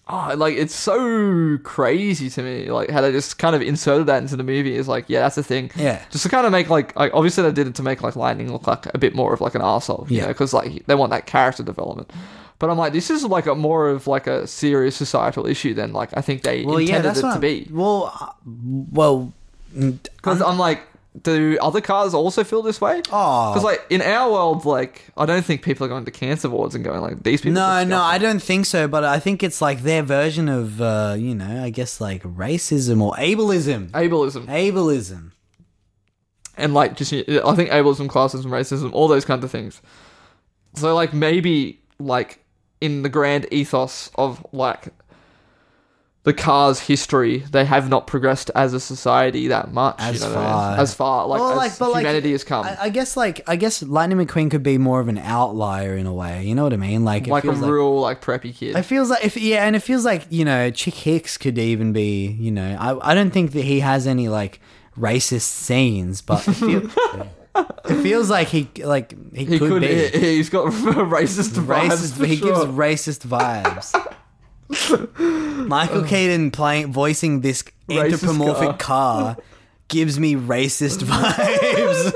Speaker 2: oh, like it's so crazy to me. Like how they just kind of inserted that into the movie is like, yeah, that's the thing.
Speaker 3: Yeah.
Speaker 2: just to kind of make like, like obviously they did it to make like Lightning look like a bit more of like an asshole.
Speaker 3: Yeah.
Speaker 2: Yeah, because like he- they want that character development. But I'm like, this is like a more of like a serious societal issue than like I think they
Speaker 3: Well, yeah,
Speaker 2: intended
Speaker 3: that's
Speaker 2: it to
Speaker 3: what. I'm-
Speaker 2: be.
Speaker 3: Well, uh, well, mm,
Speaker 2: Because I'm like, do other cars also feel this way?
Speaker 3: Aw.
Speaker 2: because like in our world, like I don't think people are going to cancer wards and going like these people.
Speaker 3: No,
Speaker 2: are
Speaker 3: no, I
Speaker 2: disgusting.
Speaker 3: don't think so. But I think it's like their version of, uh, you know, I guess like racism or ableism.
Speaker 2: ableism.
Speaker 3: Ableism.
Speaker 2: and like just I think ableism, classism, racism, all those kinds of things. So like maybe like in the grand ethos of like the car's history, they have not progressed as a society that much.
Speaker 3: As
Speaker 2: you know what I mean?
Speaker 3: far.
Speaker 2: as far like,
Speaker 3: Well,
Speaker 2: as humanity has come,
Speaker 3: I, I guess like I guess Lightning McQueen could be more of an outlier in a way. You know what I mean? Like it
Speaker 2: like a
Speaker 3: feels
Speaker 2: real like preppy kid.
Speaker 3: It feels like if yeah, and it feels like you know Chick Hicks could even be you know I I don't think that he has any like racist scenes, but it, feel, it feels like he like he,
Speaker 2: he
Speaker 3: could,
Speaker 2: could,
Speaker 3: be
Speaker 2: he- he's got racist vibes.
Speaker 3: racist.
Speaker 2: for
Speaker 3: he
Speaker 2: sure.
Speaker 3: gives racist vibes. Michael Keaton playing voicing this
Speaker 2: Racist
Speaker 3: anthropomorphic car. gives me racist vibes.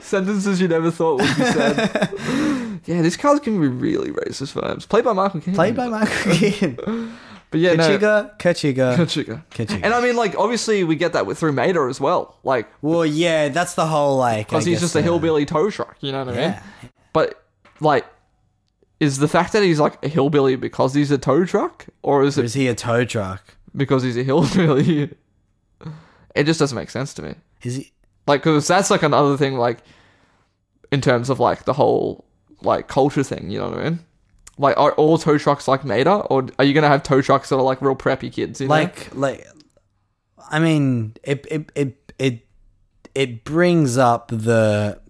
Speaker 2: sentences you never thought would be said. yeah, this car's giving me really racist vibes. Played by Michael Caine.
Speaker 3: Played by Michael Keaton.
Speaker 2: but yeah, no,
Speaker 3: Kachiga, Kachiga,
Speaker 2: Kachiga.
Speaker 3: Kachiga.
Speaker 2: And I mean, like, obviously, we get that with through Mater as well. Like,
Speaker 3: Well, yeah, that's the whole like.
Speaker 2: because
Speaker 3: I
Speaker 2: he's
Speaker 3: guess,
Speaker 2: just a
Speaker 3: uh,
Speaker 2: hillbilly tow truck, you know what I mean?
Speaker 3: Yeah.
Speaker 2: But, like, is the fact that he's, like, a hillbilly because he's a tow truck? Or is
Speaker 3: uh, Or
Speaker 2: it
Speaker 3: is he a tow truck?
Speaker 2: because he's a hillbilly? it just doesn't make sense to me.
Speaker 3: Is he?
Speaker 2: Like, because that's, like, another thing, like, in terms of, like, the whole, like, culture thing, you know what I mean? Like, are all tow trucks like Mater? Or are you going to have tow trucks that are, like, real preppy kids, you know?
Speaker 3: like like i mean it it it it, it brings up the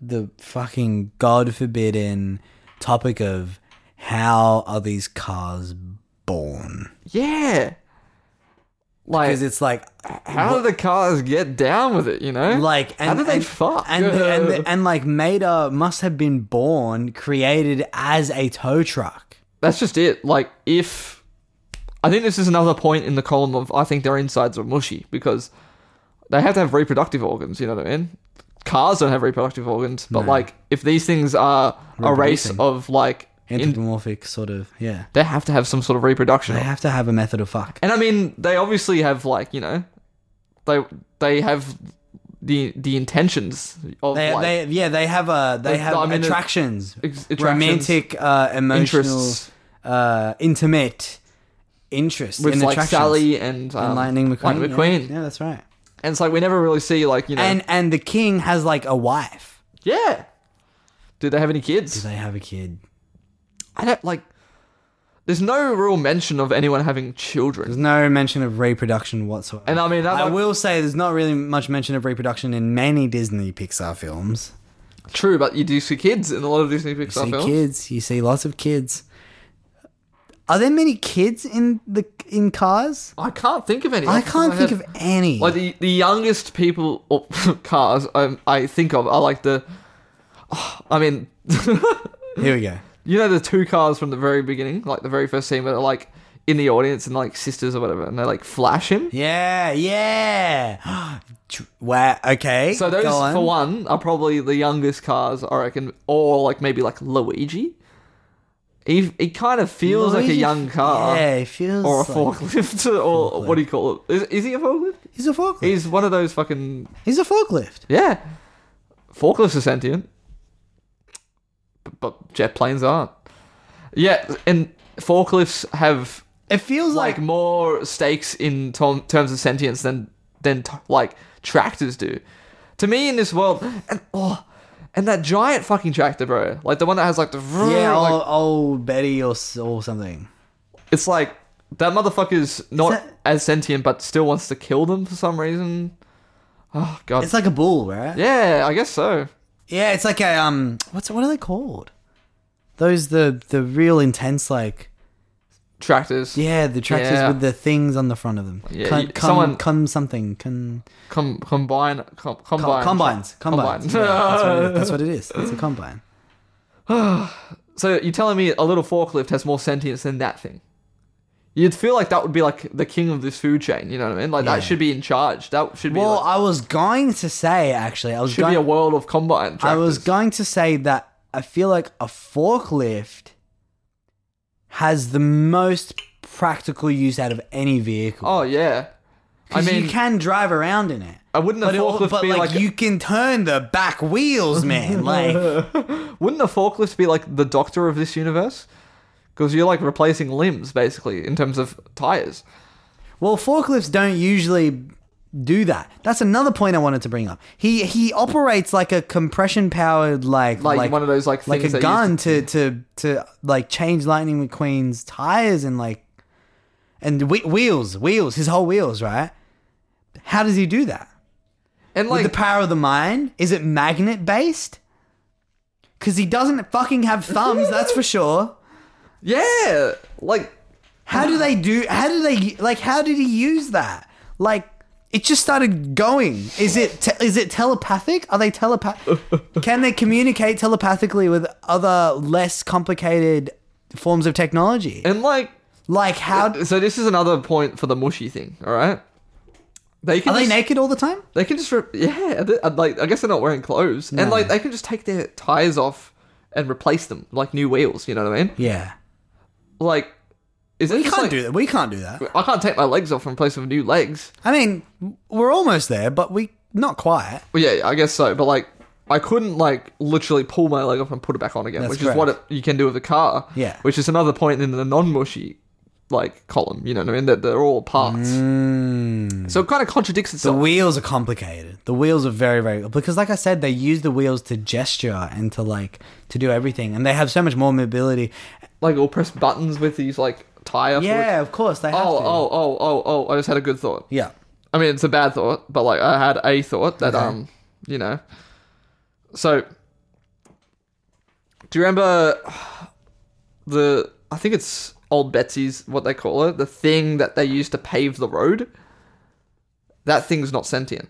Speaker 3: the fucking god forbidden topic of how are these cars born
Speaker 2: Yeah. Like,
Speaker 3: because it's like
Speaker 2: How do the cars get down with it? You know,
Speaker 3: like and
Speaker 2: how do they
Speaker 3: and,
Speaker 2: fuck?
Speaker 3: and, and, and, like Maida must have been born created as a tow truck
Speaker 2: that's just it. Like if I think this is another point in the column of I think their insides are mushy because they have to have reproductive organs. You know what I mean? Cars don't have reproductive organs, but like if these things are a race
Speaker 3: Reproducing.
Speaker 2: of like, in,
Speaker 3: anthropomorphic sort of yeah
Speaker 2: they have to have some sort of reproduction.
Speaker 3: they have to have a method of fuck
Speaker 2: And I mean, they obviously have like you know, they they have the the intentions of
Speaker 3: They,
Speaker 2: like,
Speaker 3: they yeah they have a they
Speaker 2: They-
Speaker 3: have
Speaker 2: I mean, there's-
Speaker 3: attractions,
Speaker 2: ex- attractions,
Speaker 3: romantic uh, emotional
Speaker 2: interests.
Speaker 3: uh, intimate interests
Speaker 2: with
Speaker 3: and
Speaker 2: like
Speaker 3: attractions.
Speaker 2: Sally and, um,
Speaker 3: and Lightning McQueen
Speaker 2: Lightning McQueen.
Speaker 3: Yeah, yeah that's right
Speaker 2: And it's like we never really see like you know.
Speaker 3: and and the king has like a wife
Speaker 2: yeah, do they have any kids?
Speaker 3: they have a kid
Speaker 2: I don't like. There's no real mention of anyone having
Speaker 3: there's
Speaker 2: children.
Speaker 3: no mention of reproduction whatsoever
Speaker 2: And I mean, that,
Speaker 3: I
Speaker 2: like-
Speaker 3: will say there's not really much mention of reproduction in many Disney Pixar films
Speaker 2: True, but you do see kids in a lot of Disney
Speaker 3: you
Speaker 2: Pixar
Speaker 3: see
Speaker 2: films.
Speaker 3: kids you see lots of kids are there many kids in the in cars
Speaker 2: I can't think of any.
Speaker 3: I
Speaker 2: off the top
Speaker 3: can't
Speaker 2: my
Speaker 3: think
Speaker 2: head.
Speaker 3: of any
Speaker 2: like the, the youngest people or cars I, I think of are like the. Oh, I mean,
Speaker 3: here we go
Speaker 2: you know the two cars from the very beginning, like the very first scene, where they're like in the audience and like sisters or whatever, and they like flash him.
Speaker 3: Yeah, yeah. Tr- wow. Okay.
Speaker 2: So those,
Speaker 3: go on.
Speaker 2: for one, are probably the youngest cars I reckon, or like maybe like Luigi He, he kind of feels like a
Speaker 3: Luigi-
Speaker 2: young car.
Speaker 3: Yeah, he feels
Speaker 2: Or a
Speaker 3: like-
Speaker 2: forklift, or
Speaker 3: Forklift.
Speaker 2: what do you call it? Is, is he a forklift?
Speaker 3: He's a forklift. He's,
Speaker 2: He's one of those fucking
Speaker 3: a forklift.
Speaker 2: yeah. Forklifts are sentient, but, but jet planes aren't. Yeah, and forklifts have
Speaker 3: It feels
Speaker 2: like
Speaker 3: like,
Speaker 2: more stakes in tom- terms of sentience than than t- like tractors do. To me, in this world, and oh, and that giant fucking tractor, bro, like the one that has like the
Speaker 3: yeah, oh.
Speaker 2: like-
Speaker 3: old, old Betty or s- or something.
Speaker 2: it's like that motherfucker's not
Speaker 3: that-
Speaker 2: as sentient, but still wants to kill them for some reason. Oh god,
Speaker 3: It's like a bull, right?
Speaker 2: yeah, I guess so.
Speaker 3: Yeah, it's like a um. What's what are they called? Those the the real intense like
Speaker 2: Tractors,
Speaker 3: yeah the tractors
Speaker 2: Yeah.
Speaker 3: with the things on the front of them.
Speaker 2: Yeah,
Speaker 3: Con-
Speaker 2: you-
Speaker 3: con-
Speaker 2: someone-
Speaker 3: con something con
Speaker 2: Com- combine, com- combine,
Speaker 3: combines combines combines. Yeah, that's, what it is. that's what it is. It's a combine.
Speaker 2: so you're telling me a little forklift has more sentience than that thing? You'd feel like that would be like the king of this food chain. You know what I mean? Like
Speaker 3: Yeah.
Speaker 2: that should be in charge. That should be
Speaker 3: Well,
Speaker 2: like,
Speaker 3: I was going to say actually, I was
Speaker 2: should
Speaker 3: going,
Speaker 2: be a world of combine. Tractors.
Speaker 3: I was going to say that I feel like a forklift has the most practical use out of any vehicle.
Speaker 2: Oh yeah, I
Speaker 3: 'Cause
Speaker 2: mean,
Speaker 3: you can drive around in it.
Speaker 2: I wouldn't a
Speaker 3: But, it,
Speaker 2: forklift
Speaker 3: but
Speaker 2: be
Speaker 3: like,
Speaker 2: like,
Speaker 3: you can turn the back wheels, man. Like
Speaker 2: wouldn't a forklift be like the doctor of this universe? Because you're like replacing limbs basically in terms of tires.
Speaker 3: well, forklifts don't usually do that. That's another point I wanted to bring up. He he operates like a compression powered like,
Speaker 2: Like, one of those like
Speaker 3: like
Speaker 2: things that
Speaker 3: a
Speaker 2: you-
Speaker 3: gun to, to to like change Lightning McQueen's tires and like and whe- wheels, wheels, his whole wheels, right? How does he do that?
Speaker 2: and like
Speaker 3: With the power of the mind? Is it magnet based? Because he doesn't fucking have thumbs, that's for sure.
Speaker 2: yeah, like
Speaker 3: How do they do? How do they like? How did he use that? Like, it just started going. Is it te- is it telepathic? Are they telepath? Can they communicate telepathically with other less complicated forms of technology?
Speaker 2: and like
Speaker 3: Like, how are
Speaker 2: so this is another point for the mushy thing. All right, they can
Speaker 3: they
Speaker 2: just-
Speaker 3: naked all the time?
Speaker 2: They can just re- yeah, they- uh, like I guess they're not wearing clothes, and like they can just take their tires off and replace them like new wheels. You know what I mean?
Speaker 3: Yeah,
Speaker 2: Like, is
Speaker 3: we
Speaker 2: it just
Speaker 3: can't
Speaker 2: like,
Speaker 3: do that. We can't do that.
Speaker 2: I can't take my legs off and replace them with new legs.
Speaker 3: I mean, we're almost there, but we not quite.
Speaker 2: Well, yeah, I guess so. But like, I couldn't like literally pull my leg off and put it back on again,
Speaker 3: That's
Speaker 2: which is what it,
Speaker 3: correct.
Speaker 2: you can do with a car.
Speaker 3: Yeah.
Speaker 2: which is another point in the non-mushy like column. You know what I mean? That they're all parts,
Speaker 3: Mm.
Speaker 2: so it kind of contradicts
Speaker 3: The
Speaker 2: itself.
Speaker 3: wheels are complicated. The wheels are very, very because, like I said, they use the wheels to gesture and to like to do everything, and they have so much more mobility.
Speaker 2: like, all press buttons with these like tire.
Speaker 3: Yeah,
Speaker 2: flips.
Speaker 3: of course they have
Speaker 2: Oh,
Speaker 3: to.
Speaker 2: oh, oh, oh, oh! I just had a good thought.
Speaker 3: yeah.
Speaker 2: I mean, it's a bad thought, but like I had a thought that um, you know. So, do you remember the? I think it's old Betsy's what they call it, the thing that they used to pave the road. That thing's not sentient.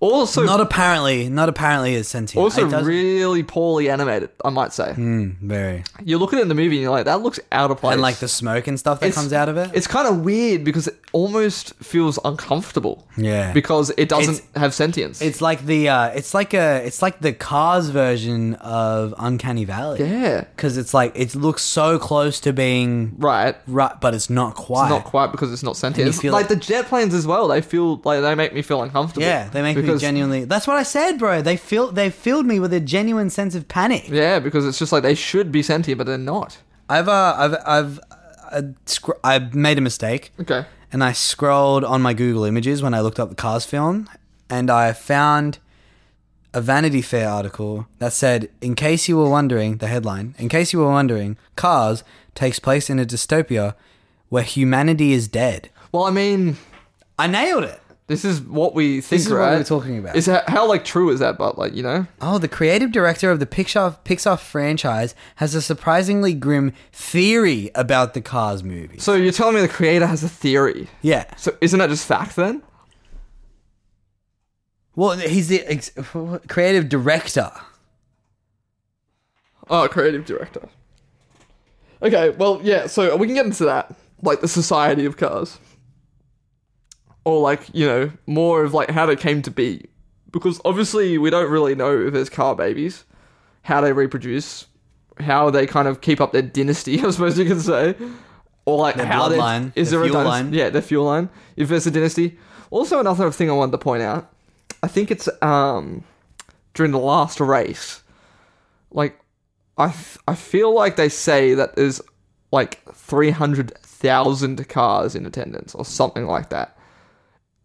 Speaker 2: Also,
Speaker 3: Not apparently, not apparently is sentient.
Speaker 2: also
Speaker 3: It does-
Speaker 2: really poorly animated. I might say.
Speaker 3: Mm, very.
Speaker 2: You look at it in the movie and you're like, that looks out of place.
Speaker 3: And like the smoke and stuff that
Speaker 2: It's-
Speaker 3: comes out of it.
Speaker 2: It's kind of weird because it almost feels uncomfortable.
Speaker 3: Yeah.
Speaker 2: Because it doesn't
Speaker 3: It's-
Speaker 2: have sentience.
Speaker 3: It's like the uh, it's like a it's like the Cars version of Uncanny Valley.
Speaker 2: yeah.
Speaker 3: Because it's like it looks so close to being
Speaker 2: Right.
Speaker 3: right, but it's not quite.
Speaker 2: It's not quite because it's not sentient. It's
Speaker 3: feel
Speaker 2: like,
Speaker 3: like-
Speaker 2: the jet planes as well. They feel like they make me feel uncomfortable.
Speaker 3: yeah, they make me
Speaker 2: because-
Speaker 3: genuinely. That's what I said, bro. They feel they filled me with a genuine sense of panic.
Speaker 2: Yeah, because it's just like they should be sentient, but they're not.
Speaker 3: I've uh, I've I've uh, scr- I made a mistake.
Speaker 2: Okay.
Speaker 3: and I scrolled on my Google Images when I looked up the Cars film, and I found a Vanity Fair article that said, "In case you were wondering," the headline, "In case you were wondering, Cars takes place in a dystopia where humanity is dead."
Speaker 2: Well, I mean,
Speaker 3: I nailed it.
Speaker 2: this is what we think.
Speaker 3: is what we
Speaker 2: right?
Speaker 3: were talking about.
Speaker 2: Is that, how like true is that? But like you know,
Speaker 3: Oh, the creative director of the Pixar Pixar franchise has a surprisingly grim theory about the Cars movie.
Speaker 2: so you're telling me the creator has a theory.
Speaker 3: Yeah.
Speaker 2: So isn't that just fact then?
Speaker 3: Well, he's the ex- creative director.
Speaker 2: Oh, creative director. Okay, well, yeah, so we can get into that. Like the society of cars. Or like, you know, more of like how they came to be. Because obviously we don't really know if there's car babies, how they reproduce, how they kind of keep up their dynasty, I suppose you can say, or like
Speaker 3: Their
Speaker 2: how they
Speaker 3: bloodline,
Speaker 2: is
Speaker 3: their
Speaker 2: there
Speaker 3: fuel
Speaker 2: a dynasty?
Speaker 3: line.
Speaker 2: Yeah, their fuel line. If there's a dynasty. Also, another thing I wanted to point out, I think it's um during the last race, like I f- I feel like they say that there's like three hundred thousand cars in attendance or something like that,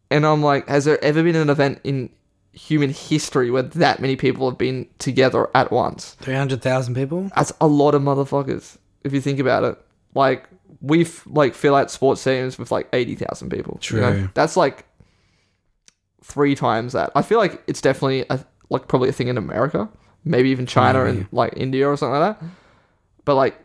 Speaker 2: and I'm like, has there ever been an event in human history where that many people have been together at once?
Speaker 3: 300,000 people?
Speaker 2: that's a lot of motherfuckers if you think about it. Like we've like fill out sports teams with like eighty thousand people.
Speaker 3: True.
Speaker 2: That's like three times that. I feel like it's definitely a, like probably a thing in America, maybe even China and like India or something like that. But like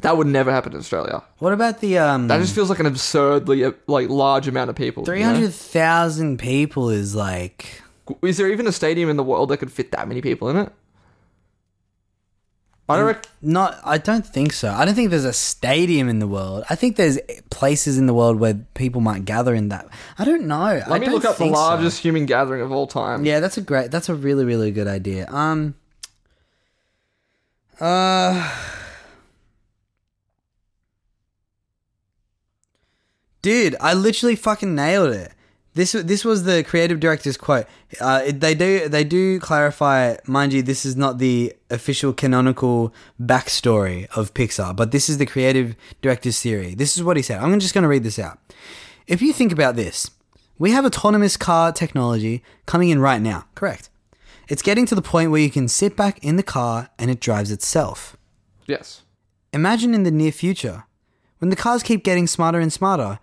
Speaker 2: that would never happen in Australia.
Speaker 3: What about the um
Speaker 2: That just feels like an absurdly uh, like large amount of people. you know?
Speaker 3: 300,000 people is like
Speaker 2: Is there even a stadium in the world that could fit that many people in it? I don't. Rec-
Speaker 3: not I don't think so. I don't think there's a stadium in the world. I think there's places in the world where people might gather in that. I don't know. Let
Speaker 2: let me look up the largest human gathering of all time.
Speaker 3: Yeah, that's a great. That's a really really good idea. Um. Uh. Dude, I literally fucking nailed it. This this was the creative director's quote. Uh, it- they do they do clarify, mind you, this is not the official canonical backstory of Pixar, but this is the creative director's theory. This is what he said. I'm just going to read this out. If you think about this, we have autonomous car technology coming in right now. Correct. It's getting to the point where you can sit back in the car and it drives itself.
Speaker 2: Yes.
Speaker 3: Imagine in the near future, when the cars keep getting smarter and smarter,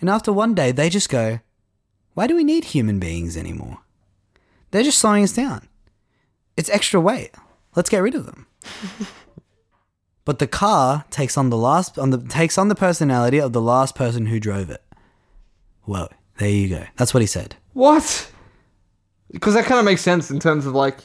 Speaker 3: and after one day they just go, Why do we need human beings anymore? They're just slowing us down. It's extra weight. Let's get rid of them. but the car takes on the last on the takes on the personality of the last person who drove it. Whoa, there you go. That's what he said.
Speaker 2: What? Because that kind of makes sense in terms of like,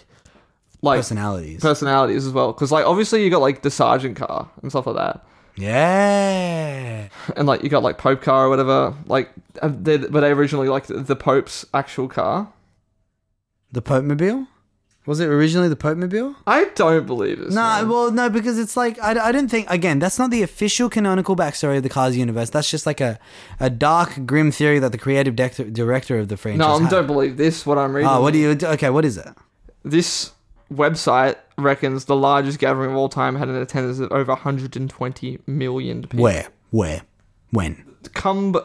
Speaker 2: like
Speaker 3: Personalities.
Speaker 2: personalities as well. Because like obviously you got like the sergeant car and stuff like that,
Speaker 3: yeah.
Speaker 2: and like you got like Pope car or whatever. Like, uh, they, were they originally like the, the Pope's actual car?
Speaker 3: The Pope Mobile? Was it originally the Pope Mobile?
Speaker 2: I don't believe this.
Speaker 3: No,
Speaker 2: man.
Speaker 3: well, no, because it's like I, I don't think again. That's not the official canonical backstory of the Cars universe. That's just like a, a dark, grim theory that the creative dec- director of the franchise.
Speaker 2: no, I
Speaker 3: had.
Speaker 2: don't believe this. What I'm reading.
Speaker 3: Oh, what do you? Okay, what is it?
Speaker 2: This website reckons the largest gathering of all time had an attendance of over 120 million people.
Speaker 3: Where? Where? When?
Speaker 2: Kumbh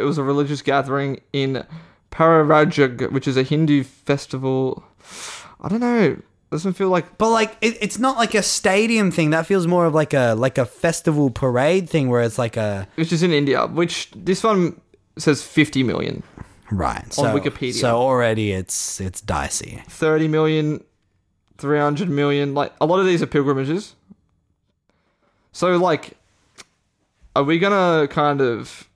Speaker 2: It was a religious gathering in Pararajag, which is a Hindu festival. I don't know. Doesn't feel like
Speaker 3: But like, it, it's not like a stadium thing. That feels more of like a like a festival parade thing where it's like a
Speaker 2: which is in India. Which this one says 50 million,
Speaker 3: right so,
Speaker 2: Wikipedia.
Speaker 3: So already it's it's dicey.
Speaker 2: 30 million, 300 million. Like a lot of these are pilgrimages. So like, are we gonna kind of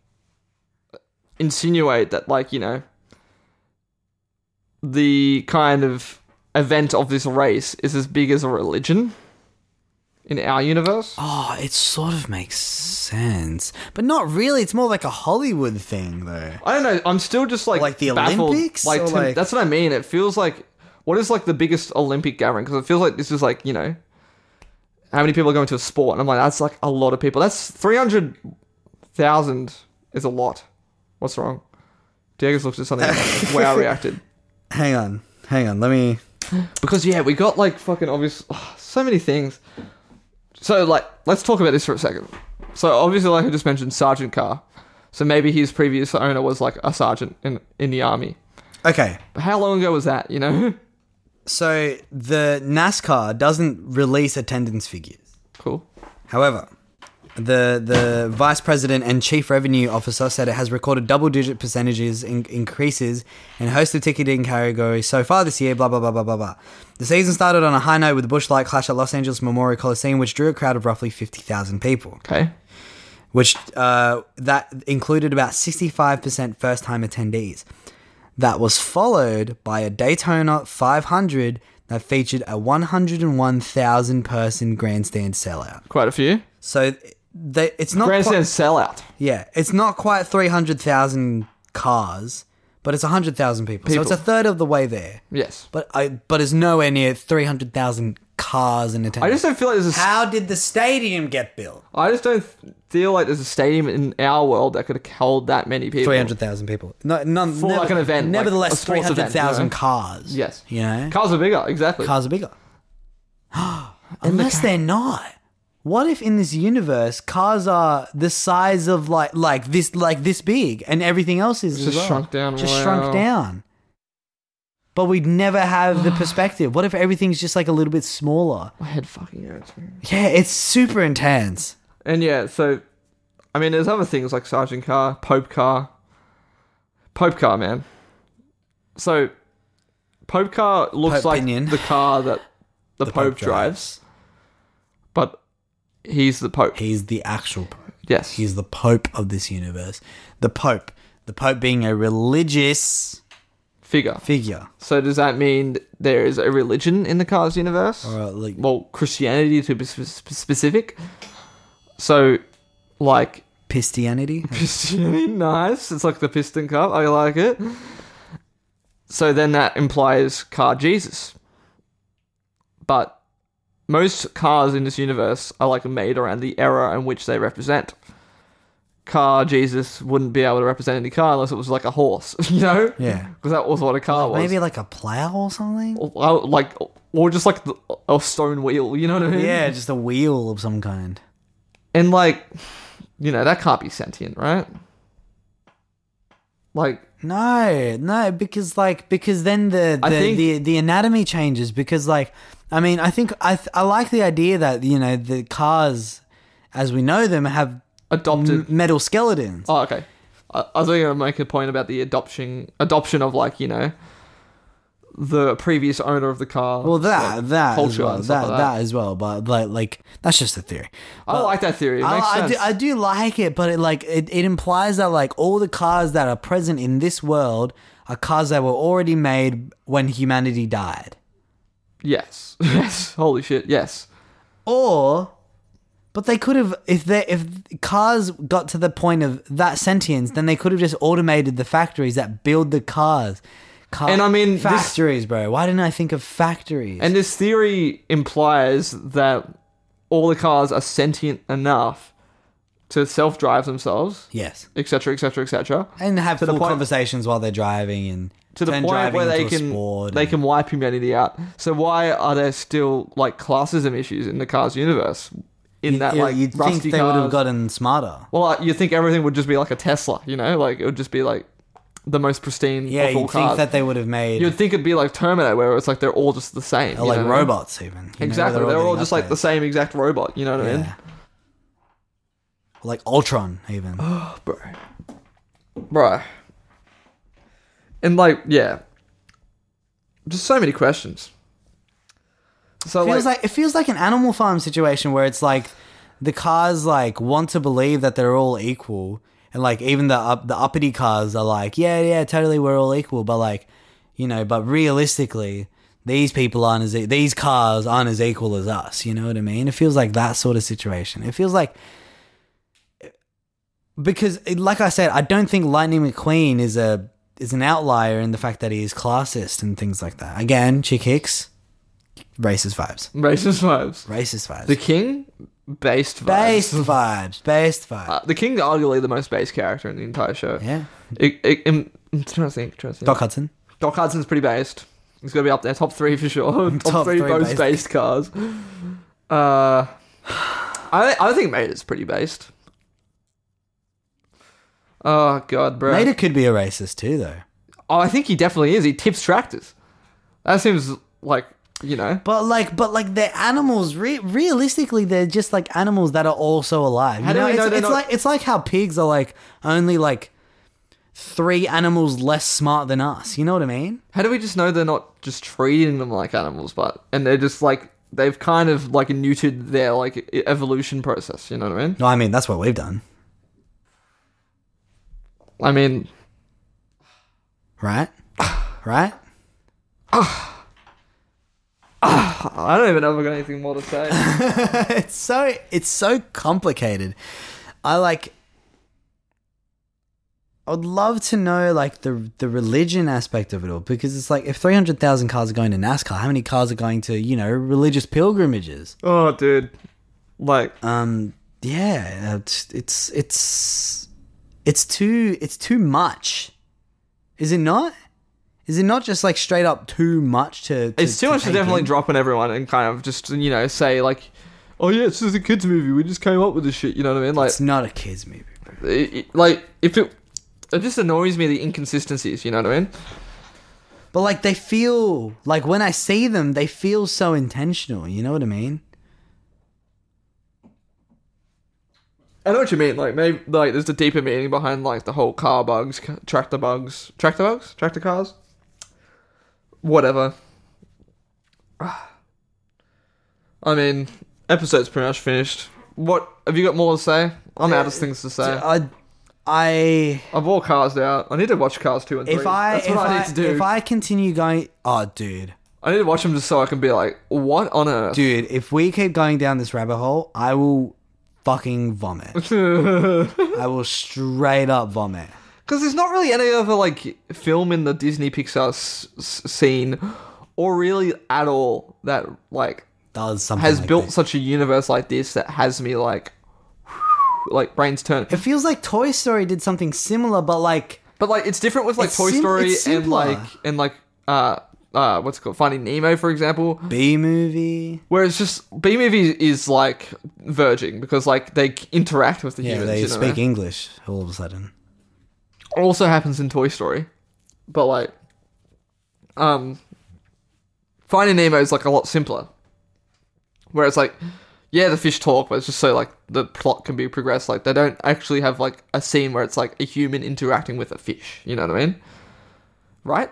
Speaker 2: insinuate that like you know the kind of event of this race is as big as a religion in our universe?
Speaker 3: Oh, it sort of makes sense, but not really. It's more like a Hollywood thing, though.
Speaker 2: I don't know. I'm still just like
Speaker 3: Like the
Speaker 2: baffled.
Speaker 3: Olympics
Speaker 2: Like,
Speaker 3: or
Speaker 2: to-
Speaker 3: like-
Speaker 2: that's what I mean. It feels like what is like the biggest Olympic gathering because it feels like this is like you know how many people are going to a sport and I'm like that's like a lot of people. That's three hundred thousand is a lot. What's wrong? Diego's looked at something and wow reacted
Speaker 3: Hang on, hang on. Let me.
Speaker 2: because yeah we got like fucking obvious ugh, so many things. So like let's talk about this for a second. So obviously like I just mentioned Sergeant Carr. So maybe his previous owner was like a sergeant in in the army.
Speaker 3: Okay,
Speaker 2: how long ago was that? You know,
Speaker 3: so the NASCAR doesn't release attendance figures.
Speaker 2: cool.
Speaker 3: However, the the vice president and chief revenue officer said it has recorded double digit percentages in- increases in host of ticketing categories so far this year. Blah blah blah blah blah blah. The season started on a high note with the Bush Light Clash at Los Angeles Memorial Coliseum, which drew a crowd of roughly fifty thousand people,
Speaker 2: Okay,
Speaker 3: which uh, that included about sixty five percent first time attendees. that was followed by a Daytona 500 that featured a 101,000 person grandstand sellout.
Speaker 2: quite a few.
Speaker 3: So they, it's not
Speaker 2: Grandstand
Speaker 3: Quite,
Speaker 2: sellout.
Speaker 3: yeah, it's not quite 300,000 cars, but it's 100,000 people. So it's a
Speaker 2: People.
Speaker 3: third of the way there.
Speaker 2: Yes,
Speaker 3: But I but it's nowhere near 300,000 cars in attendance.
Speaker 2: I just don't feel like there's a.
Speaker 3: How did the stadium get built?
Speaker 2: I just don't feel like there's a stadium in our world that could held that many people.
Speaker 3: Three hundred thousand people. No, none,
Speaker 2: For like an event, like
Speaker 3: Nevertheless,
Speaker 2: a
Speaker 3: three
Speaker 2: sports event,
Speaker 3: hundred thousand
Speaker 2: you know?
Speaker 3: cars.
Speaker 2: Yes.
Speaker 3: You know?
Speaker 2: Cars are bigger. Exactly.
Speaker 3: cars are bigger. Unless they're not. What if in this universe cars are the size of like like this like this big and everything else is
Speaker 2: Just
Speaker 3: as well?
Speaker 2: shrunk down,
Speaker 3: Just
Speaker 2: wow.
Speaker 3: shrunk down. But we'd never have the perspective. What if everything's just like a little bit smaller?
Speaker 2: My head fucking hurts. man.
Speaker 3: Yeah, it's super intense.
Speaker 2: And yeah, so I mean, there's other things like Sergeant Car, Pope Car, Pope Car, man. So Pope Car looks
Speaker 3: Pope
Speaker 2: like
Speaker 3: Pinion.
Speaker 2: the car that the, Pope, drives, but he's the Pope.
Speaker 3: He's the actual Pope.
Speaker 2: yes,
Speaker 3: He's the Pope of this universe. The Pope. The Pope being a religious
Speaker 2: figure.
Speaker 3: figure.
Speaker 2: So does that mean there is a religion in the Cars universe?
Speaker 3: Or like
Speaker 2: well, Christianity to be sp- sp- specific. So, like
Speaker 3: Pistianity?
Speaker 2: Christianity, nice. It's like the piston cup. I like it. So then that implies car Jesus. But most cars in this universe are like made around the era in which they represent. Car Jesus wouldn't be able to represent any car unless it was like a horse, you know?
Speaker 3: Yeah.
Speaker 2: Because that was what a car was.
Speaker 3: Maybe like a plow or something?
Speaker 2: Or- or, like or just like the, a stone wheel you know what i mean
Speaker 3: Yeah, just a wheel of some kind.
Speaker 2: and like you know that can't be sentient right like
Speaker 3: No, no, because like because then the the,
Speaker 2: I think-
Speaker 3: the the anatomy changes because like I mean I think I th- I like the idea that you know the cars as we know them have
Speaker 2: adopted
Speaker 3: m- metal skeletons.
Speaker 2: oh okay i, I was going to make a point about the adoption adoption of like you know the previous owner of the car
Speaker 3: Well, that that as
Speaker 2: Oh, culture
Speaker 3: well,
Speaker 2: and
Speaker 3: that,
Speaker 2: stuff
Speaker 3: that
Speaker 2: like that.
Speaker 3: as well, but like like that's just a theory.
Speaker 2: i like that theory it
Speaker 3: I,
Speaker 2: makes
Speaker 3: I
Speaker 2: sense
Speaker 3: do, I do like it, but it like it, it implies that like all the cars that are present in this world are cars that were already made when humanity died.
Speaker 2: yes yes holy shit yes
Speaker 3: Or, but they could have if they if cars got to the point of that sentience, then they could have just automated the factories that build the cars. Car-
Speaker 2: And I mean, this-
Speaker 3: factories, bro. Why didn't I think of factories?
Speaker 2: And this theory implies that all the cars are sentient enough to self drive themselves,
Speaker 3: yes,
Speaker 2: etc., etc., etc.
Speaker 3: and have full
Speaker 2: the point-
Speaker 3: conversations while they're driving and
Speaker 2: To the
Speaker 3: turn
Speaker 2: point
Speaker 3: driving
Speaker 2: where they
Speaker 3: into a
Speaker 2: can
Speaker 3: sport
Speaker 2: they
Speaker 3: and-
Speaker 2: can wipe humanity out. So why are there still like classism issues in the cars universe? In that
Speaker 3: Yeah,
Speaker 2: like
Speaker 3: you'd
Speaker 2: rusty
Speaker 3: think they
Speaker 2: cars.
Speaker 3: would have gotten smarter.
Speaker 2: well, like, you think everything would just be like a Tesla, you know? Like it would just be like the most pristine.
Speaker 3: Yeah,
Speaker 2: of all
Speaker 3: you'd think
Speaker 2: cars.
Speaker 3: that they would have made
Speaker 2: You'd think it'd be like Terminator, where it's like they're all just the same,
Speaker 3: uh,
Speaker 2: you
Speaker 3: like
Speaker 2: know?
Speaker 3: robots even. you know,
Speaker 2: Exactly,
Speaker 3: where
Speaker 2: they're all
Speaker 3: getting
Speaker 2: just like the
Speaker 3: updates.
Speaker 2: same exact robot. You know what I mean?
Speaker 3: Yeah. Like Ultron even.
Speaker 2: bro. Bro. And like, yeah. Just so many questions. So
Speaker 3: feels
Speaker 2: like,
Speaker 3: like it feels like an Animal Farm situation where it's like the cars like want to believe that they're all equal, and like even the up, the uppity cars are like, yeah, yeah, totally, we're all equal, but like, you know, but realistically, these people aren't as e- these cars aren't as equal as us. You know what I mean? It feels like that sort of situation. It feels like. Because, like I said, I don't think Lightning McQueen is a is an outlier in the fact that he is classist and things like that. Again, Chick Hicks, racist vibes
Speaker 2: racist vibes.
Speaker 3: racist vibes.
Speaker 2: The King, based vibes.
Speaker 3: based vibes, based vibes.
Speaker 2: Uh, the King's arguably the most based character in the entire show.
Speaker 3: yeah.
Speaker 2: It, it, I'm, I'm trying to think. Trying to think.
Speaker 3: Doc Hudson.
Speaker 2: Doc Hudson's pretty based. He's gonna be up there, top three for sure. top,
Speaker 3: Top
Speaker 2: three,
Speaker 3: three
Speaker 2: most
Speaker 3: based.
Speaker 2: based cars. Uh, I I think Maida's pretty based. Oh god, bro.
Speaker 3: Nader could be a racist too, though.
Speaker 2: Oh, I think he definitely is. He tips tractors. That seems like you know.
Speaker 3: But like, but like, they're animals. Re- realistically, they're just like animals that are also alive.
Speaker 2: How
Speaker 3: you
Speaker 2: do
Speaker 3: know,
Speaker 2: we know
Speaker 3: it's,
Speaker 2: they're
Speaker 3: it's
Speaker 2: not-
Speaker 3: like it's like how pigs are like only like three animals less smart than us. You know what I mean?
Speaker 2: How do we just know they're not just treating them like animals, but and they're just like they've kind of like neutered their like e- evolution process. You know what I mean?
Speaker 3: No, I mean that's what we've done,
Speaker 2: I mean,
Speaker 3: right? right?
Speaker 2: I don't even know if I've got anything more to say.
Speaker 3: It's so it's so complicated. I like I would love to know like the the religion aspect of it all because it's like if three hundred thousand cars are going to NASCAR, how many cars are going to you know religious pilgrimages?
Speaker 2: Oh, dude. Like,
Speaker 3: Um, yeah, it's it's it's it's too it's too much, is it not? Is it not just like straight up too much to? to
Speaker 2: it's too much to
Speaker 3: take
Speaker 2: definitely
Speaker 3: in?
Speaker 2: drop on everyone and kind of just, you know, say, like, oh, yeah, this is a kids' movie. We just came up with this shit. You know what I mean? Like,
Speaker 3: It's not a kids movie. Bro.
Speaker 2: it- it- like if it. It just annoys me the inconsistencies, you know what I mean?
Speaker 3: But like they feel like when I see them, they feel so intentional. You know what I mean?
Speaker 2: I know what you mean. Like maybe like there's the deeper meaning behind like the whole car bugs, c- tractor bugs, tractor bugs, tractor cars, whatever. I mean, episode's pretty much finished. What have you got more to say? I'm out of things to say.
Speaker 3: I, uh, I
Speaker 2: I've all cars out. I need to watch Cars two and three.
Speaker 3: if I
Speaker 2: That's
Speaker 3: if
Speaker 2: what I,
Speaker 3: I,
Speaker 2: need to do.
Speaker 3: if I continue going, oh dude,
Speaker 2: I need to watch them just so I can be like, what on earth?
Speaker 3: dude, if we keep going down this rabbit hole, I will fucking vomit. I will straight up vomit.
Speaker 2: Because there's not really any other like film in the Disney Pixar s- s- scene, or really at all that like
Speaker 3: Does something
Speaker 2: has
Speaker 3: like
Speaker 2: built
Speaker 3: this.
Speaker 2: such a universe like this that has me like, like brains turn.
Speaker 3: It feels like Toy Story did something similar, but like
Speaker 2: But like it's different with like
Speaker 3: It's
Speaker 2: Toy
Speaker 3: sim-
Speaker 2: Story
Speaker 3: it's
Speaker 2: and
Speaker 3: simpler.
Speaker 2: like and like uh uh what's it called Finding Nemo for example,
Speaker 3: B movie.
Speaker 2: where it's just B movie is like verging because like they c- interact with the
Speaker 3: Yeah,
Speaker 2: humans.
Speaker 3: they
Speaker 2: you know?
Speaker 3: speak English all of a sudden.
Speaker 2: also happens in Toy Story, but like, um, Finding Nemo is like a lot simpler. Where it's like, yeah, the fish talk, but it's just so like the plot can be progressed. Like they don't actually have like a scene where it's like a human interacting with a fish. You know what I mean? Right?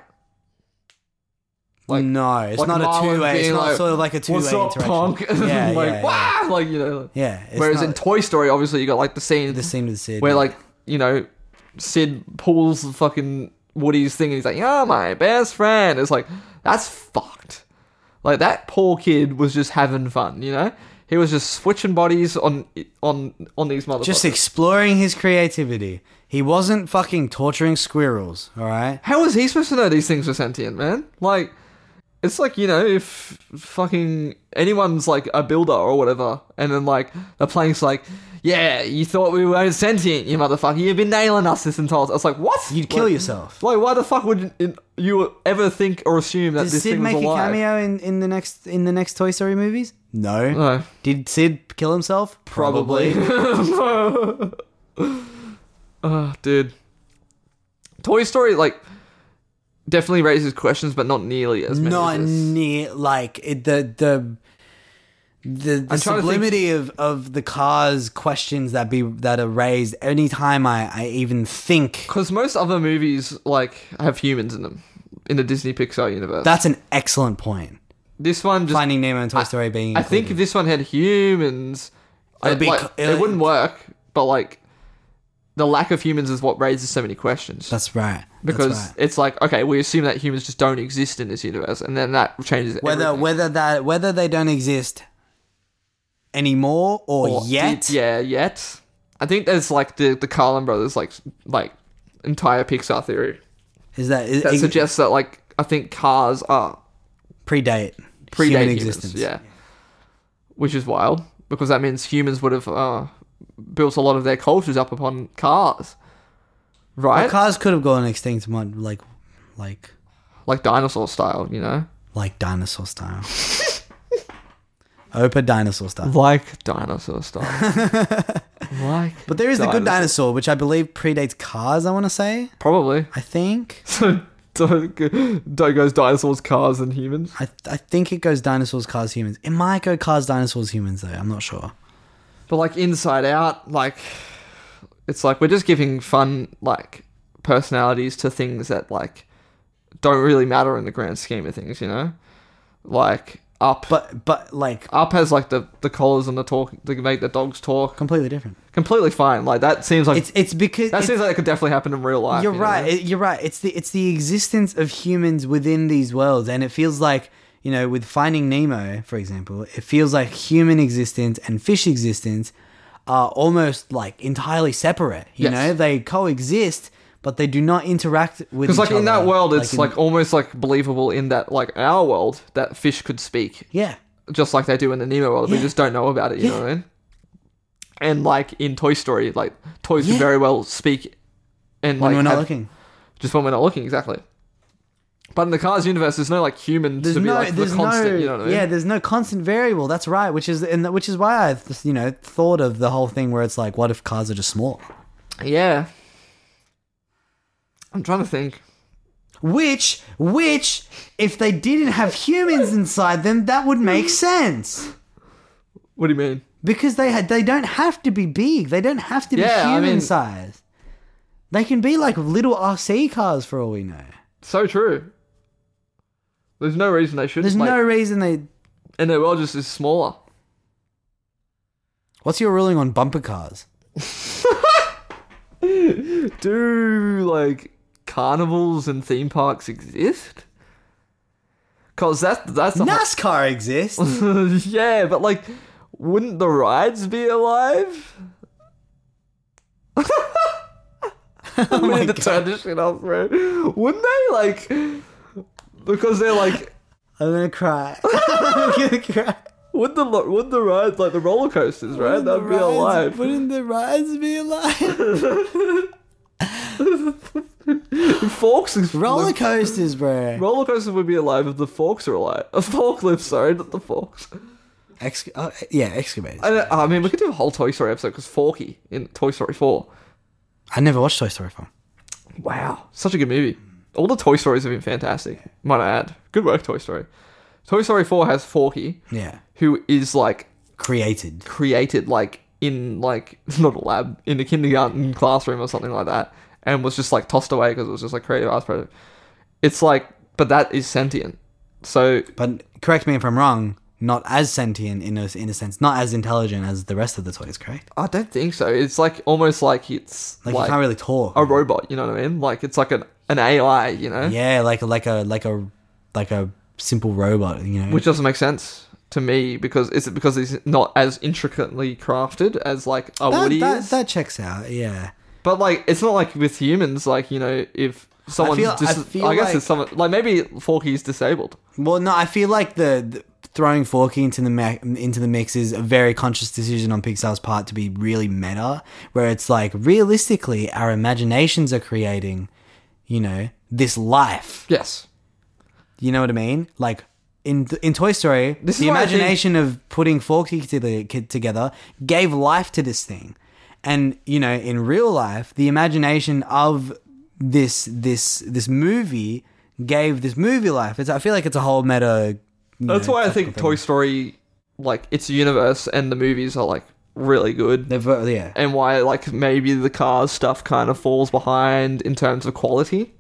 Speaker 2: Like-
Speaker 3: no, it's
Speaker 2: like
Speaker 3: not a
Speaker 2: Marlon
Speaker 3: two way. It's
Speaker 2: being
Speaker 3: not
Speaker 2: like,
Speaker 3: sort of like a two way
Speaker 2: What's up,
Speaker 3: interaction.
Speaker 2: punk?
Speaker 3: Yeah,
Speaker 2: like,
Speaker 3: yeah, yeah.
Speaker 2: wow! Like you know.
Speaker 3: Yeah, it's
Speaker 2: Whereas
Speaker 3: not
Speaker 2: in Toy Story, obviously you got like the scene
Speaker 3: the scene with Sid.
Speaker 2: where like you know Sid pulls the fucking Woody's thing and he's like, "You're my best friend." It's like that's fucked. Like that poor kid was just having fun, you know. He was just switching bodies on on on these motherfuckers.
Speaker 3: just exploring his creativity. He wasn't fucking torturing squirrels, all right?
Speaker 2: How was he supposed to know these things were sentient, man? Like, it's like you know if fucking anyone's like a builder or whatever, and then like the plane's like, "Yeah, you thought we were sentient, you motherfucker. You've been nailing us this entire." time. I was like, "What?
Speaker 3: You'd kill
Speaker 2: Like,
Speaker 3: yourself.
Speaker 2: Like, why the fuck would it- you ever think or assume that
Speaker 3: Did
Speaker 2: this
Speaker 3: Sid
Speaker 2: thing
Speaker 3: make
Speaker 2: was
Speaker 3: a
Speaker 2: alive?
Speaker 3: cameo in, in the next in the next Toy Story movies? No.
Speaker 2: No.
Speaker 3: Did Sid kill himself?
Speaker 2: Uh. Probably. Ah, dude. Toy Story, like, definitely raises questions, but not nearly as many.
Speaker 3: Not
Speaker 2: as this.
Speaker 3: near like it, the the the, the
Speaker 2: I'm trying to think-
Speaker 3: sublimity of, of the cars questions that be that are raised anytime I, I even think
Speaker 2: Because most other movies like have humans in them in the Disney Pixar universe.
Speaker 3: that's an excellent point.
Speaker 2: this one just
Speaker 3: Finding Nemo and Toy Story being
Speaker 2: I think if
Speaker 3: included.
Speaker 2: this one had humans,
Speaker 3: It'd
Speaker 2: I'd
Speaker 3: be
Speaker 2: like,
Speaker 3: cl-
Speaker 2: it wouldn't work. But like the lack of humans is what raises so many questions.
Speaker 3: that's right. That's
Speaker 2: because
Speaker 3: right.
Speaker 2: it's like okay, we assume that humans just don't exist in this universe, and then that changes
Speaker 3: whether
Speaker 2: everything.
Speaker 3: whether that whether they don't exist anymore or,
Speaker 2: Or
Speaker 3: yet
Speaker 2: did- yeah, yet. I think there's like the the Carlin brothers like like entire Pixar theory
Speaker 3: is that is,
Speaker 2: that
Speaker 3: is-
Speaker 2: suggests that like I think cars are
Speaker 3: predate
Speaker 2: predate
Speaker 3: human
Speaker 2: humans,
Speaker 3: existence.
Speaker 2: Yeah. Which is wild because that means humans would have uh, built a lot of their cultures up upon cars,
Speaker 3: But
Speaker 2: right?
Speaker 3: cars could have gone extinct, mon- like like
Speaker 2: like dinosaur style, you know,
Speaker 3: like dinosaur style. Opa dinosaur style.
Speaker 2: like dinosaur style. like,
Speaker 3: But there is the
Speaker 2: Dinosaur.
Speaker 3: good dinosaur, which I believe predates cars. I want to say.
Speaker 2: probably.
Speaker 3: I think.
Speaker 2: So don't go- don't goes dinosaurs, cars, and humans.
Speaker 3: I, I think it goes dinosaurs, cars, humans. It might go cars, dinosaurs, humans though. I'm not sure.
Speaker 2: But like Inside Out, like it's like we're just giving fun like personalities to things that like don't really matter in the grand scheme of things, you know? Like up
Speaker 3: But but like
Speaker 2: up has like the the collars and the talk to make the dogs talk.
Speaker 3: completely different.
Speaker 2: Completely fine. Like that seems like
Speaker 3: It's it's because
Speaker 2: that
Speaker 3: it's-
Speaker 2: seems like it could definitely happen in real life.
Speaker 3: You're
Speaker 2: you know?
Speaker 3: right. it- You're right. It's the it's the existence of humans within these worlds, and it feels like you know, with Finding Nemo, for example, it feels like human existence and fish existence are almost like entirely separate. You
Speaker 2: Yes.
Speaker 3: know, they coexist, but they do not interact with.
Speaker 2: Because
Speaker 3: Because
Speaker 2: like in that world, it's
Speaker 3: in-
Speaker 2: like, almost like believable in that like our world that fish could speak,
Speaker 3: yeah,
Speaker 2: just like they do in the Nemo world. We
Speaker 3: Yeah.
Speaker 2: just don't know about it. You know
Speaker 3: Yeah.
Speaker 2: what I mean? And like in Toy Story, like toys
Speaker 3: Yeah.
Speaker 2: can very well speak, and
Speaker 3: when
Speaker 2: like
Speaker 3: we're not
Speaker 2: have-
Speaker 3: looking.
Speaker 2: just when we're not looking exactly. But in the Cars universe, there's no like human
Speaker 3: There's
Speaker 2: to be
Speaker 3: no,
Speaker 2: like the
Speaker 3: there's
Speaker 2: constant.
Speaker 3: no,
Speaker 2: you know what I mean?
Speaker 3: yeah. There's no constant variable. That's right. Which is, and that- which is why I, just, you know, thought of the whole thing where it's like, what if cars are just small?
Speaker 2: Yeah. I'm trying to think.
Speaker 3: Which, which, if they didn't have humans inside them, that would make sense
Speaker 2: What do you mean?
Speaker 3: because they had, they don't have to be big. They don't have to
Speaker 2: Yeah,
Speaker 3: be
Speaker 2: I
Speaker 3: human
Speaker 2: mean-
Speaker 3: size. They can be like little RC cars for all we know.
Speaker 2: So true. There's no reason they shouldn't.
Speaker 3: There's
Speaker 2: like-
Speaker 3: no reason they.
Speaker 2: and their world just is smaller.
Speaker 3: What's your ruling on bumper cars?
Speaker 2: Do like carnivals and theme parks exist? Cause that's that's a
Speaker 3: NASCAR exists.
Speaker 2: yeah, but like, wouldn't the rides be alive?
Speaker 3: Oh
Speaker 2: we need to turn this shit off, bro. Wouldn't they like? Because they're like,
Speaker 3: I'm gonna cry. I'm gonna cry.
Speaker 2: would the lo- would the rides like the roller coasters, right? That'd be
Speaker 3: Rides-
Speaker 2: alive.
Speaker 3: Wouldn't the rides be alive?
Speaker 2: Forks is
Speaker 3: Roller coasters, bro.
Speaker 2: Roller coasters would be alive if the forks are alive. A forklift, sorry, not the forks.
Speaker 3: Ex- oh, yeah, excavators.
Speaker 2: I,
Speaker 3: I,
Speaker 2: don't- I mean, we could do a whole Toy Story episode because Forky in Toy Story 4.
Speaker 3: never watched Toy Story 4.
Speaker 2: Wow, such a good movie. All the Toy Stories have been fantastic, might I add. Good work, Toy Story. Toy Story 4 has Forky,
Speaker 3: Yeah,
Speaker 2: who is like
Speaker 3: created.
Speaker 2: created like in like not a lab in a kindergarten classroom or something like that, and was just like tossed away because it was just like creative arts project. It's like, but that is sentient. So
Speaker 3: But correct me if I'm wrong. Not as sentient in a, in a sense, not as intelligent as the rest of the toys. Correct?
Speaker 2: I don't think so. It's like almost like it's
Speaker 3: Like,
Speaker 2: like,
Speaker 3: you can't really talk.
Speaker 2: a robot. You know what I mean? Like it's like an an AI. You know,
Speaker 3: yeah, like like a like a like a simple robot. You know,
Speaker 2: which doesn't make sense to me because is it because it's not as intricately crafted as like a
Speaker 3: that,
Speaker 2: Woody
Speaker 3: that,
Speaker 2: is?
Speaker 3: that checks out. Yeah.
Speaker 2: But like, it's not like with humans. Like you know, if someone's
Speaker 3: feel- I
Speaker 2: dis- I,
Speaker 3: feel
Speaker 2: guess
Speaker 3: like-
Speaker 2: it's someone like maybe Forky's disabled.
Speaker 3: Well, no, I feel like the, the throwing Forky into the ma- into the mix is a very conscious decision on Pixar's part to be really meta, where it's like realistically, our imaginations are creating, you know, this life.
Speaker 2: Yes.
Speaker 3: You know what I mean? Like. In, in Toy Story,
Speaker 2: This is
Speaker 3: the
Speaker 2: why I think-
Speaker 3: imagination of putting Forky to the, kid together gave life to this thing, and you know, in real life, the imagination of this this this movie gave this movie life. It's, I feel like it's a whole meta
Speaker 2: That's why I think Toy Story, like its universe and the movies are like really good.
Speaker 3: They've uh, yeah.
Speaker 2: and why like maybe the cars stuff kind of falls behind in terms of quality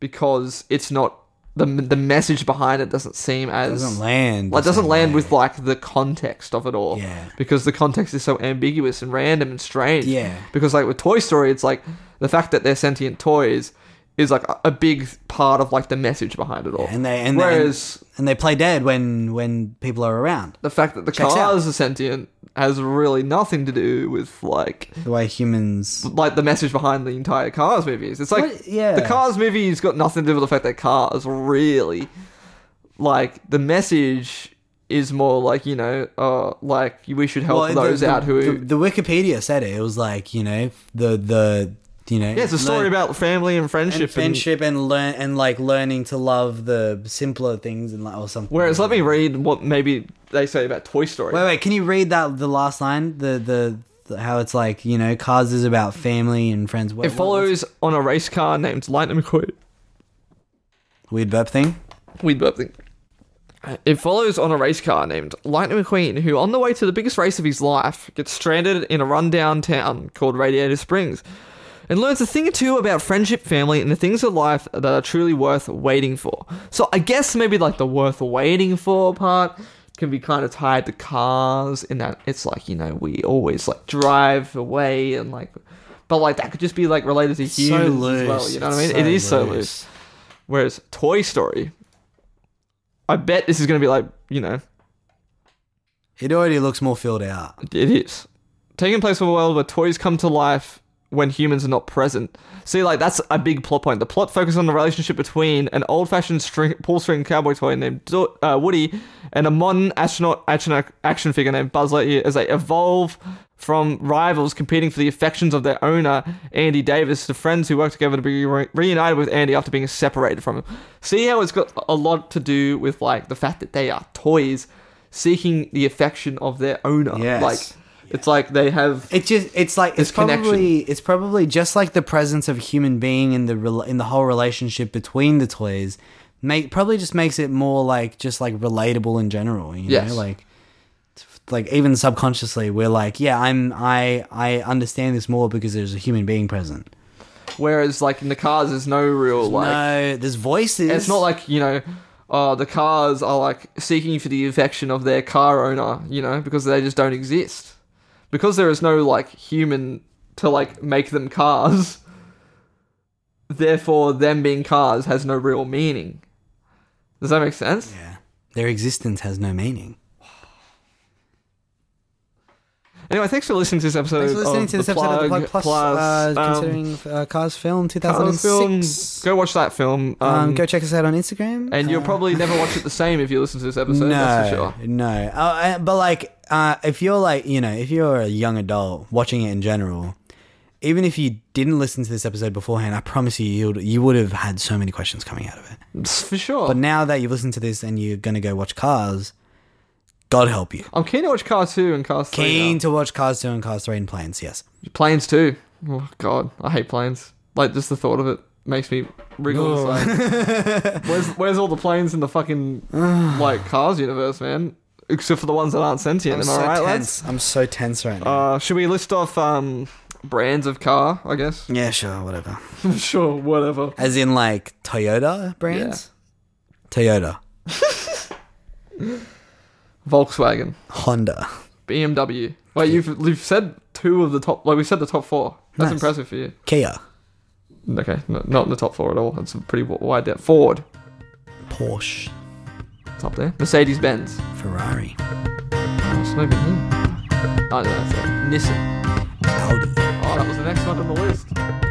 Speaker 2: because it's not the the message behind it doesn't seem as
Speaker 3: doesn't land
Speaker 2: like
Speaker 3: the
Speaker 2: doesn't
Speaker 3: same
Speaker 2: land
Speaker 3: way.
Speaker 2: with like the context of it all
Speaker 3: Yeah.
Speaker 2: because the context is so ambiguous and random and strange
Speaker 3: Yeah.
Speaker 2: because like with Toy Story it's like the fact that they're sentient toys is like a, a big part of like the message behind it all
Speaker 3: And they and
Speaker 2: whereas
Speaker 3: they, and they play dead when when people are around.
Speaker 2: the fact that the
Speaker 3: Checks
Speaker 2: cars
Speaker 3: out.
Speaker 2: are sentient has really nothing to do with like
Speaker 3: The way humans
Speaker 2: like the message behind the entire Cars movies. It's like
Speaker 3: What- yeah.
Speaker 2: the Cars movie's got nothing to do with the fact that Cars really like the message is more like you know uh like we should help
Speaker 3: Well, the-
Speaker 2: those
Speaker 3: the,
Speaker 2: out who
Speaker 3: the, the Wikipedia said it. It was like you know the the you know
Speaker 2: yeah it's a story
Speaker 3: learn-
Speaker 2: about family and friendship
Speaker 3: and
Speaker 2: and
Speaker 3: friendship and learn and like learning to love the simpler things and like or something.
Speaker 2: whereas let me read what maybe they say about Toy Story
Speaker 3: wait wait can you read that the last line the the, the how it's like you know cars is about family and friends. What,
Speaker 2: it
Speaker 3: what- what's-
Speaker 2: follows on a race car named Lightning McQueen
Speaker 3: weird verb thing.
Speaker 2: Weed burping. Uh, It follows on a race car named Lightning McQueen, who, on the way to the biggest race of his life, gets stranded in a rundown town called Radiator Springs and learns a thing or two about friendship, family, and the things of life that are truly worth waiting for. So, I guess maybe like the worth waiting for part can be kind of tied to cars, in that it's like, you know, we always like drive away and like, but like that could just be like related to humans as well, you know what I mean?
Speaker 3: It's
Speaker 2: it is so loose. Whereas Toy Story, I bet this is going to be like, you know,
Speaker 3: It already looks more filled out.
Speaker 2: it is. Taking place in a world where toys come to life when humans are not present. See, like, that's a big plot point. The plot focuses on the relationship between an old fashioned string, pull string cowboy toy named Do- uh, Woody and a modern astronaut action, action figure named Buzz Lightyear as they evolve from rivals competing for the affections of their owner, Andy Davis, to friends who work together to be re- reunited with Andy after being separated from him. See how it's got a lot to do with, like, the fact that they are toys seeking the affection of their owner.
Speaker 3: Yes.
Speaker 2: Like, it's like they have
Speaker 3: It just it's like
Speaker 2: This
Speaker 3: it's probably
Speaker 2: connection.
Speaker 3: it's probably just like the presence of a human being in the rel- in the whole relationship between the toys make probably just makes it more like just like relatable in general, you
Speaker 2: Yes.
Speaker 3: know, like like even subconsciously we're like, yeah, I'm I I understand this more because there's a human being present.
Speaker 2: Whereas, like in the cars, there's no real like.
Speaker 3: no, there's voices.
Speaker 2: It's not like you know, uh, the cars are like seeking for the affection of their car owner, you know, because they just don't exist, because there is no like human to like make them cars. Therefore, them being cars has no real meaning. Does that make sense?
Speaker 3: yeah. Their existence has no meaning.
Speaker 2: Anyway, thanks for listening to this episode.
Speaker 3: Thanks for listening
Speaker 2: of
Speaker 3: to this episode of The Plug Plus,
Speaker 2: Plus,
Speaker 3: uh,
Speaker 2: um,
Speaker 3: considering uh, Cars Film
Speaker 2: Cars
Speaker 3: 2006.
Speaker 2: film. Go watch that film. Um,
Speaker 3: um, go check us out on Instagram.
Speaker 2: and you'll
Speaker 3: Uh,
Speaker 2: probably never watch it the same if you listen to this episode.
Speaker 3: no,
Speaker 2: That's for sure.
Speaker 3: No, uh, but like, uh, if you're like, you know, if you're a young adult watching it in general, even if you didn't listen to this episode beforehand, I promise you, you'd, you would have had so many questions coming out of it.
Speaker 2: For sure.
Speaker 3: But now that you've listened to this and you're gonna go watch Cars, God help you.
Speaker 2: I'm keen to watch Cars 2 and Cars 3.
Speaker 3: Keen
Speaker 2: now.
Speaker 3: to watch Cars two and Cars three in planes. Yes.
Speaker 2: Planes too. Oh, God. I hate planes. Like, just the thought of it makes me wriggle inside. where's, where's all the planes in the fucking, like, Cars universe, man? Except for the ones that aren't sentient. Am I right, lads?
Speaker 3: tense. I'm so tense right now.
Speaker 2: Uh, should we list off um, brands of car, I guess?
Speaker 3: yeah, sure, whatever.
Speaker 2: sure, whatever.
Speaker 3: As in like Toyota brands. Toyota,
Speaker 2: Volkswagen.
Speaker 3: Honda.
Speaker 2: BMW. Wait, you've, you've said two of the top... Like, we said the top four. That's
Speaker 3: Nice.
Speaker 2: impressive for you.
Speaker 3: Kia,
Speaker 2: Okay, no, not in the top four at all. That's a pretty wide depth. Ford.
Speaker 3: Porsche,
Speaker 2: It's up there. Mercedes-Benz.
Speaker 3: Ferrari,
Speaker 2: It's not even here. Oh, no, that's it. Nissan.
Speaker 3: Audi.
Speaker 2: Oh, that was the next one on the list.